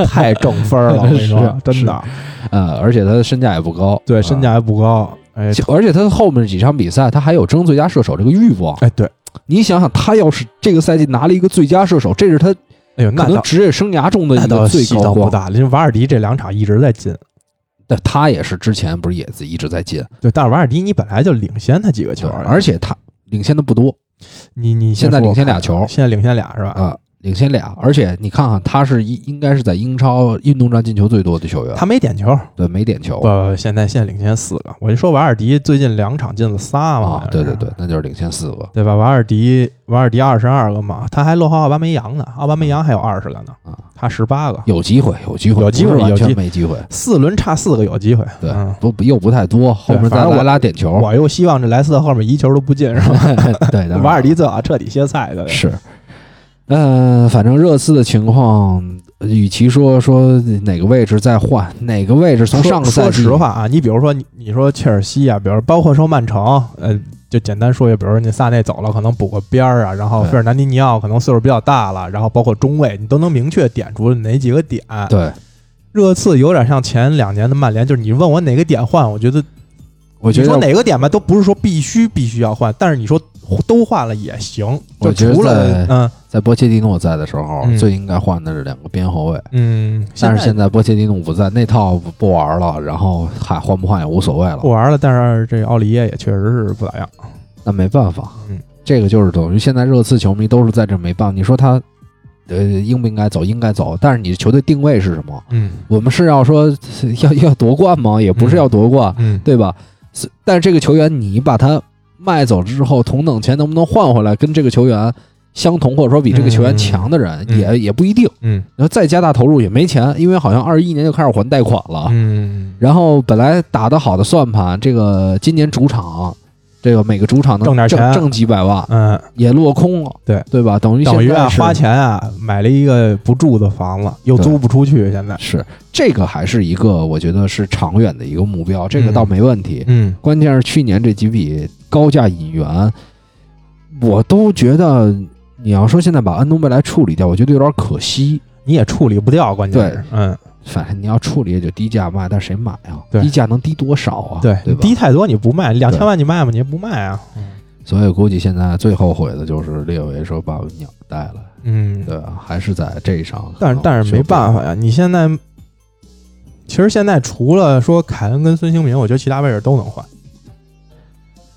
S2: 太
S1: *laughs*
S2: 挣分了，我跟你 *laughs* 说，
S1: 是
S2: 真的。
S1: 呃，而且他的身价也不高，
S2: 对，身价还不高，哎
S1: 呃。而且他后面几场比赛，他还有争最佳射手这个欲望。
S2: 哎，对，
S1: 你想想，他要是这个赛季拿了一个最佳射手，这是他
S2: 哎呦，那
S1: 可能
S2: 倒
S1: 职业生涯中的
S2: 那
S1: 一
S2: 倒
S1: 个最
S2: 戏
S1: 高
S2: 倒不
S1: 光。
S2: 大了，因为瓦尔迪这两场一直在进，
S1: 但他也是之前不是也是一直在进，
S2: 对，但是瓦尔迪你本来就领先他几个球，
S1: 而且他领先的不多
S2: 你你
S1: 现在
S2: 说
S1: 领先
S2: 看
S1: 俩球
S2: 现在领先俩是吧？
S1: 啊。领先俩，而且你看看，他是应应该是在英超运动战进球最多的球员，
S2: 他没点球，
S1: 对，没点球
S2: 不，不，现在现在领先四个。我就说瓦尔迪最近两场进了仨嘛，好
S1: 啊，
S2: 像
S1: 对
S2: 是
S1: 对对，，那就是领先四个
S2: 对吧？瓦尔迪瓦尔迪二十二个嘛，他还落后奥巴梅扬呢，奥巴梅扬还有二十个呢，
S1: 啊，
S2: 他十八个，
S1: 有机会，有机会，
S2: 有机会
S1: 不是
S2: 有
S1: 完
S2: 机
S1: 全没机会，
S2: 四轮差四个有机会。
S1: 对
S2: 嗯，
S1: 不不又不太多，后面再
S2: 反正
S1: 来
S2: 我
S1: 拉点球，
S2: 我又希望这莱斯特后面一球都不进，是吧？
S1: *laughs* 对，当然
S2: 瓦尔迪最好彻底歇菜的。
S1: 是。呃，反正热刺的情况，与其说说哪个位置再换，哪个位置从
S2: 说
S1: 上个赛季，
S2: 说实话啊，你比如说你你说切尔西啊，比如包括说曼城，呃，就简单说一下，比如说你萨内走了，可能补个边儿啊，然后
S1: 对
S2: 费尔南迪尼奥可能岁数比较大了，然后包括中卫，你都能明确点出哪几个点。
S1: 对，
S2: 热刺有点像前两年的曼联，就是你问我哪个点换，我觉得
S1: 我觉
S2: 你说
S1: 得，
S2: 哪个点吧，都不是说必须必须要换，但是你说都换了也行，就
S1: 我觉得
S2: 除了
S1: 在
S2: 嗯
S1: 在波切蒂诺在的时候，
S2: 嗯
S1: 最应该换的是两个边后卫，
S2: 嗯，
S1: 但是现在波切蒂诺不在，那套不不玩了，然后嗨，换不换也无所谓了
S2: 不，玩了，但是这奥利耶也确实是不咋样，
S1: 那没办法，
S2: 嗯，
S1: 这个就是等于现在热刺球迷都是在这没办法。你说他，呃，应不应该走？应该走，但是你球队定位是什么？
S2: 嗯
S1: 我们是要说要 *laughs* 要夺冠吗？也不是要夺冠，
S2: 嗯，
S1: 对吧？是但是这个球员你把他卖走之后，同等钱能不能换回来？跟这个球员相同或者说比这个球员强的人，
S2: 嗯
S1: 也也不一定。
S2: 嗯
S1: 然后再加大投入也没钱，因为好像二一年就开始还贷款了。
S2: 嗯，
S1: 然后本来打得好的算盘，这个今年主场，这个每个主场能
S2: 挣点钱
S1: 挣几百万，
S2: 嗯，
S1: 也落空了，
S2: 对
S1: 对吧？等于
S2: 等
S1: 现
S2: 于
S1: 在
S2: 啊
S1: 是
S2: 花钱啊买了一个不住的房子，又
S1: 对
S2: 租不出去，现在
S1: 是这个还是一个我觉得是长远的一个目标，这个倒没问题。
S2: 嗯
S1: 关键是去年这几笔高价引援，我都觉得你要说现在把安东贝莱处理掉，我觉得有点可惜。
S2: 你也处理不掉，关键是
S1: 对啊
S2: 嗯
S1: 反正你要处理也就低价卖，但谁买啊？
S2: 对
S1: 低价能低多少啊？
S2: 对，
S1: 对
S2: 你
S1: 吧？
S2: 低太多你不卖，两千万你卖吗？你也不卖啊，
S1: 所以估计现在最后悔的就是列维说把鸟带了。
S2: 嗯，
S1: 对啊，还是在这一上。啊
S2: 但是但是没办法呀，你现在其实现在除了说凯恩跟孙兴民，我觉得其他位置都能换，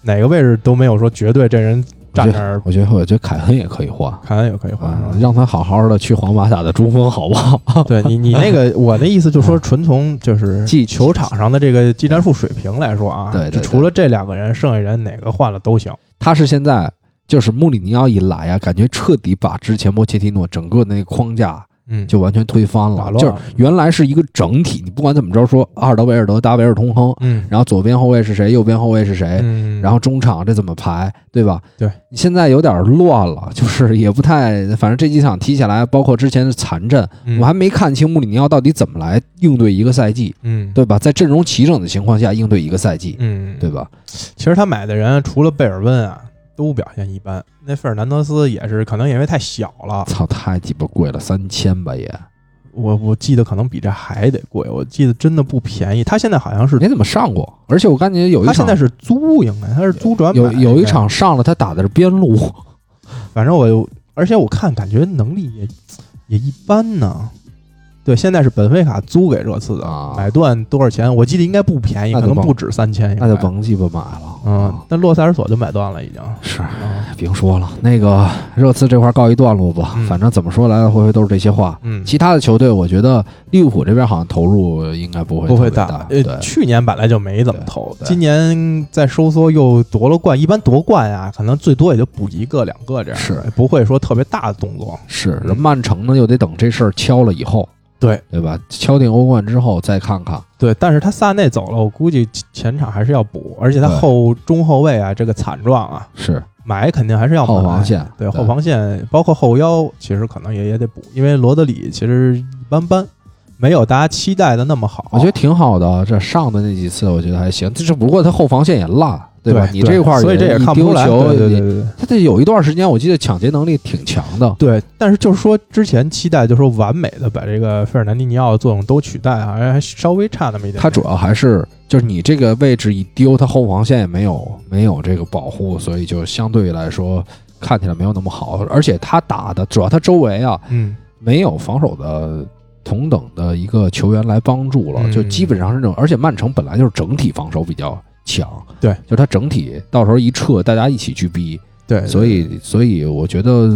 S2: 哪个位置都没有说绝对这人站那儿，
S1: 我觉得我觉得凯恩也可以换。
S2: 凯恩也可以换。
S1: 啊
S2: 是，吧
S1: 让他好好的去皇马打的中锋，好不好？
S2: *laughs* 对你，你那个我的意思就是说，纯从就是
S1: 技
S2: 球场上的这个技战术水平来说啊，
S1: 对对对
S2: 就除了这两个人，剩下人哪个换了都行。
S1: 他是现在就是穆里尼奥一来呀，感觉彻底把之前莫切蒂诺整个那个框架
S2: 嗯，
S1: 就完全推翻了
S2: 打，乱
S1: 就是原来是一个整体，你不管怎么着说，阿尔德韦尔德、达维尔通亨，
S2: 嗯
S1: 然后左边后卫是谁，右边后卫是谁，
S2: 嗯，
S1: 哎然后中场这怎么排，对吧？
S2: 对，
S1: 现在有点乱了，就是也不太，反正这几场踢下来，包括之前的残阵，
S2: 嗯
S1: 我还没看清穆里尼奥到底怎么来应对一个赛季，
S2: 嗯
S1: 对吧？在阵容齐整的情况下应对一个赛季，
S2: 嗯
S1: 对吧？
S2: 其实他买的人除了贝尔温啊，都表现一般。那费尔南德斯也是，可能因为太小了，
S1: 操，太鸡巴贵了，三千吧也。
S2: 我我记得可能比这还得贵，我记得真的不便宜。他现在好像是，
S1: 没怎么上过，而且我感觉哎有一
S2: 他
S1: 场
S2: 现在是租，应该他是租转买
S1: 有有一
S2: 应该，
S1: 场上了，他打的是边路，
S2: 反正我而且我看感觉能力也也一般呢。对，现在是本菲卡租给热刺的，
S1: 啊
S2: 买断多少钱？我记得应该不便宜，
S1: 那
S2: 可
S1: 就
S2: 能
S1: 甭
S2: 不止三千。
S1: 那就甭啊鸡巴买了。
S2: 嗯，，但洛塞尔索就买断
S1: *laughs*
S2: 了，已经。
S1: 是
S2: 啊
S1: 别说了，那个热刺这块告一段落吧，
S2: 嗯
S1: 反正怎么说来来回回都是这些话。
S2: 嗯，
S1: 其他的球队，我觉得利物浦这边好像投入应该不会
S2: 不会
S1: 特别
S2: 大
S1: 大，
S2: 呃，
S1: 对，
S2: 去年本来就没怎么投，
S1: 对对
S2: 今年再收缩又夺了冠，一般夺冠啊，可能最多也就补一个两个这样，
S1: 是
S2: 不会说特别大的动作。
S1: 是人曼城呢又得等这事儿敲了以后，
S2: 对
S1: 对吧？敲定欧冠之后再看看。
S2: 对，但是他萨内走了，我估计前场还是要补，而且他
S1: 对
S2: 后中后卫啊，这个惨状啊，
S1: 是
S2: 买肯定还是要买
S1: 后防线，
S2: 对后防线包括后腰，其实可能也也得补，因为罗德里其实一般般，没有大家期待的那么好。
S1: 我觉得挺好的，啊这上的那几次我觉得还行，只是不过他后防线也烂，
S2: 对
S1: 吧？你这块儿
S2: 所以这也
S1: 一
S2: 看不
S1: 丢
S2: 出来。
S1: 球，
S2: 对对
S1: 你
S2: 对对对
S1: 他这有一段时间我记得抢劫能力挺强的，
S2: 对，但是就是说之前期待就是说完美的把这个费尔南迪尼奥的作用都取代啊，而还稍微差那么一点点。
S1: 他主要还是就是你这个位置一丢，他后防线也没有没有这个保护，所以就相对来说看起来没有那么好。而且他打的主要他周围啊
S2: 嗯
S1: 没有防守的同等的一个球员来帮助了，
S2: 嗯
S1: 就基本上是这种。而且曼城本来就是整体防守比较强，
S2: 对，
S1: 就他整体到时候一撤，大家一起去逼，
S2: 对，对
S1: 所以所以我觉得。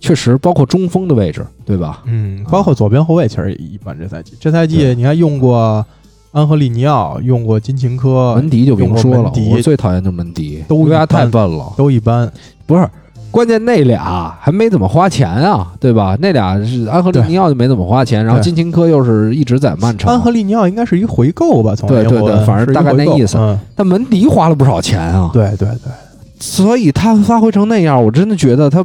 S1: 确实，包括中锋的位置，对吧？
S2: 嗯，包括左边后卫其实也一般。这赛季这赛季
S1: 对
S2: 你看用过安赫利尼奥，用过金琴科
S1: 门，迪就不用
S2: 用过
S1: 说了
S2: 门，迪
S1: 我最讨厌就是门迪，
S2: 都
S1: 因为
S2: 一
S1: 他太
S2: 般
S1: 笨了，
S2: 都一般。
S1: 不是，关键那俩还没怎么花钱啊，对吧？那俩是安赫利尼奥就没怎么花钱，然后
S2: 对
S1: 金琴科又是一直在曼城
S2: 安，赫利尼奥应该是一回购吧，从
S1: 对
S2: 英
S1: 对
S2: 国
S1: 对反正
S2: 是一
S1: 大概
S2: 回
S1: 那
S2: 购
S1: 意思
S2: 嗯，
S1: 但门迪花了不少钱啊，
S2: 对对对，
S1: 所以他发挥成那样，我真的觉得他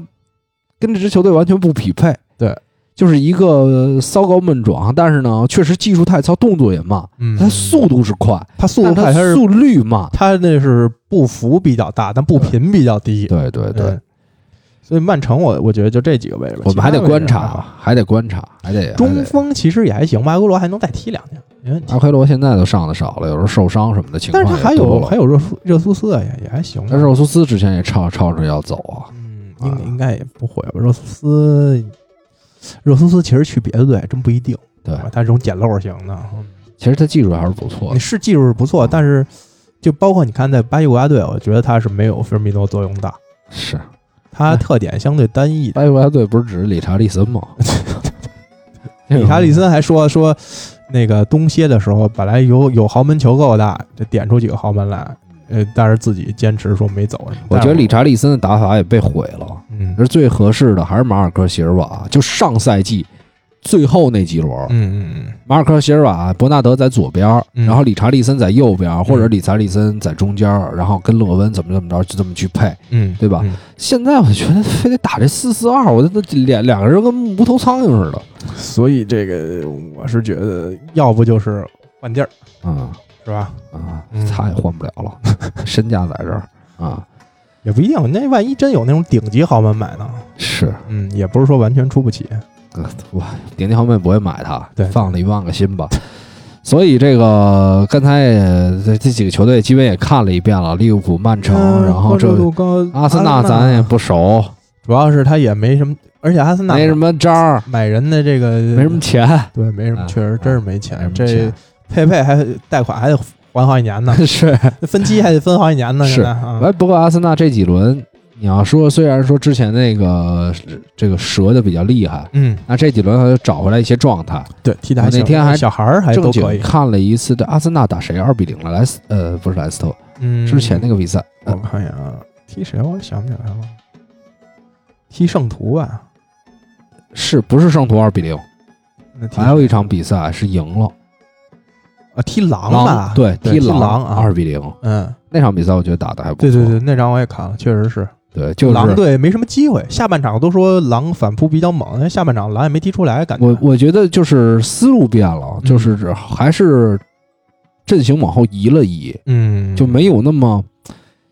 S1: 跟这支球队完全不匹配。
S2: 对，
S1: 就是一个骚高闷壮，但是呢，确实技术太糙，动作也慢，
S2: 嗯，
S1: 他速度是快，
S2: 他速度
S1: 但
S2: 快，
S1: 他
S2: 他是
S1: 速率慢。
S2: 他那是步幅比较大，但步频比较低。
S1: 对对对，
S2: 嗯，所以曼城我我觉得就这几个位置吧，
S1: 我们还得
S2: 其他位置
S1: 观
S2: 还好
S1: 察，啊还得观察，还得还
S2: 中
S1: 得
S2: 锋其实也还行吧，阿圭罗还能再踢两年，没问题。
S1: 阿奎罗现在都上的少了，有时候受伤什么的情
S2: 但
S1: 况
S2: 是他还
S1: 也多
S2: 有
S1: 了
S2: 还有热苏热苏斯啊也也还行吧。
S1: 但是奥苏斯之前也吵吵着要走啊，
S2: 嗯，应应该也不会吧？热苏斯，热苏斯其实去别的队还真不一定，
S1: 对
S2: 吧？他这种捡漏型的，
S1: 其实他技术还是不错嗯
S2: 你
S1: 的，
S2: 是技术是不错，但是就包括你看在巴西国家队，我觉得他是没有菲尔米诺作用大，
S1: 是。
S2: 他特点相对单一一点。
S1: *laughs* 巴西国家队不是指理查利森吗？
S2: 理查利森还说说，那个冬歇的时候，本来有有豪门球够的，就点出几个豪门来，
S1: 嗯
S2: 呃，但是自己坚持说没走什么。
S1: *laughs* 我觉得理
S2: 查，
S1: 查利森的打法也被毁了，
S2: 嗯
S1: 而最合适的还是马尔科席尔瓦，就上赛季最后那几轮，
S2: 嗯嗯
S1: 马尔科席尔瓦、伯纳德在左边，
S2: 嗯
S1: 然后理查利森在右边，或者理查利森在中间，然后跟勒温怎么怎么着，就这么去配。
S2: 嗯，
S1: 对吧
S2: 嗯
S1: 现在我觉得非得打这四四二，我这两两个人跟无头苍蝇似的
S2: 所以这个我是觉得，要不就是换地儿，
S1: 啊
S2: 是吧？
S1: 啊
S2: 嗯，
S1: 他也换不了 *laughs* 了，身价在这儿啊，
S2: 也不一定，那万一真有那种顶级豪门买呢？
S1: 是。
S2: 嗯，也不是说完全出不起。
S1: 呃哇，顶级豪门不会买它，
S2: 对
S1: 放了一万个心吧。所以这个刚才也这这几个球队基本也看了一遍了，利物浦、曼城，
S2: 嗯
S1: 然后
S2: 关
S1: 这
S2: 注度高，
S1: 阿森纳咱也不熟，
S2: 主要是他也没什么，而且阿森纳
S1: 没什么招儿，
S2: 买人的这个
S1: 没什么钱，
S2: 对，没什么，
S1: 啊
S2: 确实真是没
S1: 没什
S2: 钱。
S1: 么
S2: 这
S1: 钱
S2: 佩佩还贷款还得
S1: *laughs*
S2: 还好几年呢，
S1: 是。
S2: 嗯那分期还得分好几年呢。
S1: 是
S2: 现在啊
S1: 哎，不过阿森纳这几轮你要说虽然说之前那个这个折的比较厉害，
S2: 嗯，
S1: 那这几轮他就找回来一些状态。
S2: 对，替代
S1: 我那
S2: 小
S1: 天还
S2: 小孩儿还
S1: 正
S2: 哎都可
S1: 经
S2: 以。
S1: 看了一次的阿森纳打谁，二比零了，莱斯呃不是莱斯特，
S2: 嗯，
S1: 之前那个比赛，呃
S2: 我看一眼啊，踢谁我想不起来了，踢圣徒吧？
S1: 是不是圣徒二比零？
S2: 那踢
S1: 还有一场比赛是赢了，
S2: 啊，踢狼吧
S1: 狼？对
S2: 踢
S1: 狼
S2: 啊，
S1: 二比零。
S2: 嗯，
S1: 那场比赛我觉得打的还不
S2: 对
S1: 错，
S2: 对对，那场我也看了，确实是
S1: 对就是
S2: 狼队没什么机会，下半场都说狼反扑比较猛，哎但下半场狼也没踢出来，感觉
S1: 我我觉得就是思路变了，
S2: 嗯
S1: 就是还是阵型往后移了移，
S2: 嗯
S1: 就没有那么，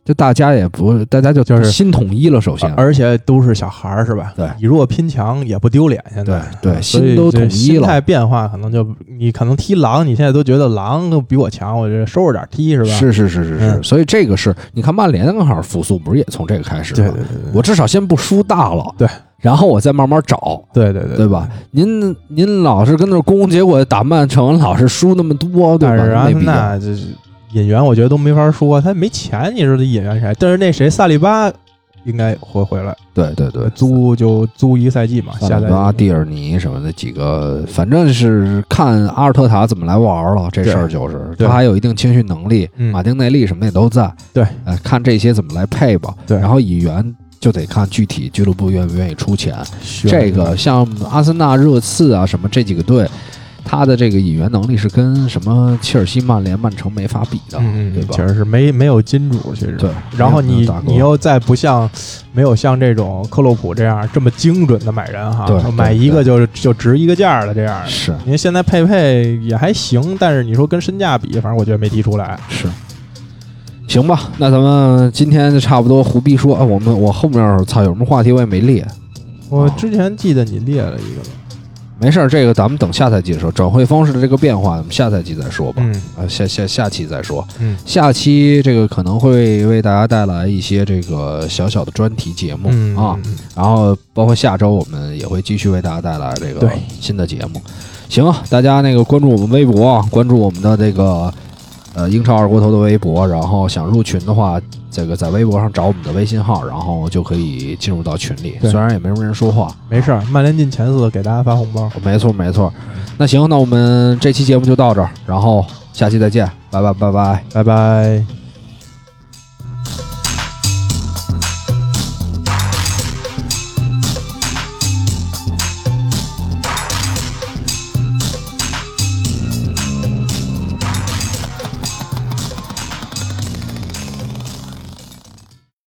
S1: 就大家也不，大家就
S2: 就是啊
S1: 心统一了。首先，
S2: 而且都是小孩儿是吧？
S1: 对
S2: 以弱拼强也不丢脸。现
S1: 对
S2: 在
S1: 对，
S2: 所
S1: 心
S2: 以
S1: 都
S2: 这
S1: 统一
S2: 心态
S1: 了，
S2: 变化可能就你可能踢狼，你现在都觉得狼比我强，我这收拾点儿踢是吧？
S1: 是是是是是。
S2: 嗯
S1: 所以这个是，你看曼联刚好复苏，不是也从这个开始吗？
S2: 对对对对，
S1: 我至少先不输大了，
S2: 对，
S1: 然后我再慢慢找。
S2: 对对对
S1: 对吧？？您您老是跟那儿攻，结果打曼城老是输那么多，对
S2: 但
S1: 吧？
S2: 是阿
S1: 没
S2: 森
S1: 必要。
S2: 纳这是引援，我觉得都没法说，他没钱，你说他引援谁？但是那谁萨利巴应该会回来，
S1: 对对对，
S2: 呃租就租一赛季嘛，
S1: 萨
S2: 下
S1: 里巴、
S2: 赛季。
S1: 蒂尔尼什么的几个，反正是看阿尔特塔怎么来玩了。这事儿就是
S2: 对
S1: 他还有一定情绪能力，
S2: 嗯
S1: 马丁内利什么也都在。
S2: 对，
S1: 呃，看这些怎么来配吧。
S2: 对
S1: 然后引援就得看具体俱乐部愿不愿意出钱。
S2: 是
S1: 这个像阿森纳、热刺啊什么这几个队，他的这个引援能力是跟什么切尔西、曼联、曼城没法比的，
S2: 嗯嗯，
S1: 对
S2: 确
S1: 吧？
S2: 实是没没有金主，确实。
S1: 对。
S2: 然后
S1: 没有
S2: 你
S1: 大哥
S2: 你又再不像，没有像这种克洛普这样这么精准的买人哈，
S1: 对
S2: 说买
S1: 对
S2: 一个就就值一个价了这样的。
S1: 是
S2: 因为现在佩佩也还行，但是你说跟身价比，反正我觉得没提出来。
S1: 是。行吧，那咱们今天就差不多胡逼说。啊、我们我后面操有什么话题我也没列，
S2: 我
S1: 哦
S2: 之前记得你列了一个吧，
S1: 没事儿，这个咱们等下赛季的时候，转会方式的这个变化，咱们下赛季再说吧。
S2: 嗯
S1: 啊，下下下期再说。
S2: 嗯
S1: 下期这个可能会为大家带来一些这个小小的专题节目、
S2: 嗯
S1: 啊，，
S2: 嗯
S1: 然后包括下周我们也会继续为大家带来这个
S2: 对
S1: 新的节目。行啊，大家那个关注我们微博啊，关注我们的这个呃英超二锅头的微博，然后想入群的话，这个在微博上找我们的微信号，然后就可以进入到群里。
S2: 对
S1: 虽然也没什么人说话，
S2: 没事儿，曼联进前四给大家发红包，
S1: 没错，没错。那行，那我们这期节目就到这儿，然后下期再见，拜拜，拜拜。
S2: 拜拜。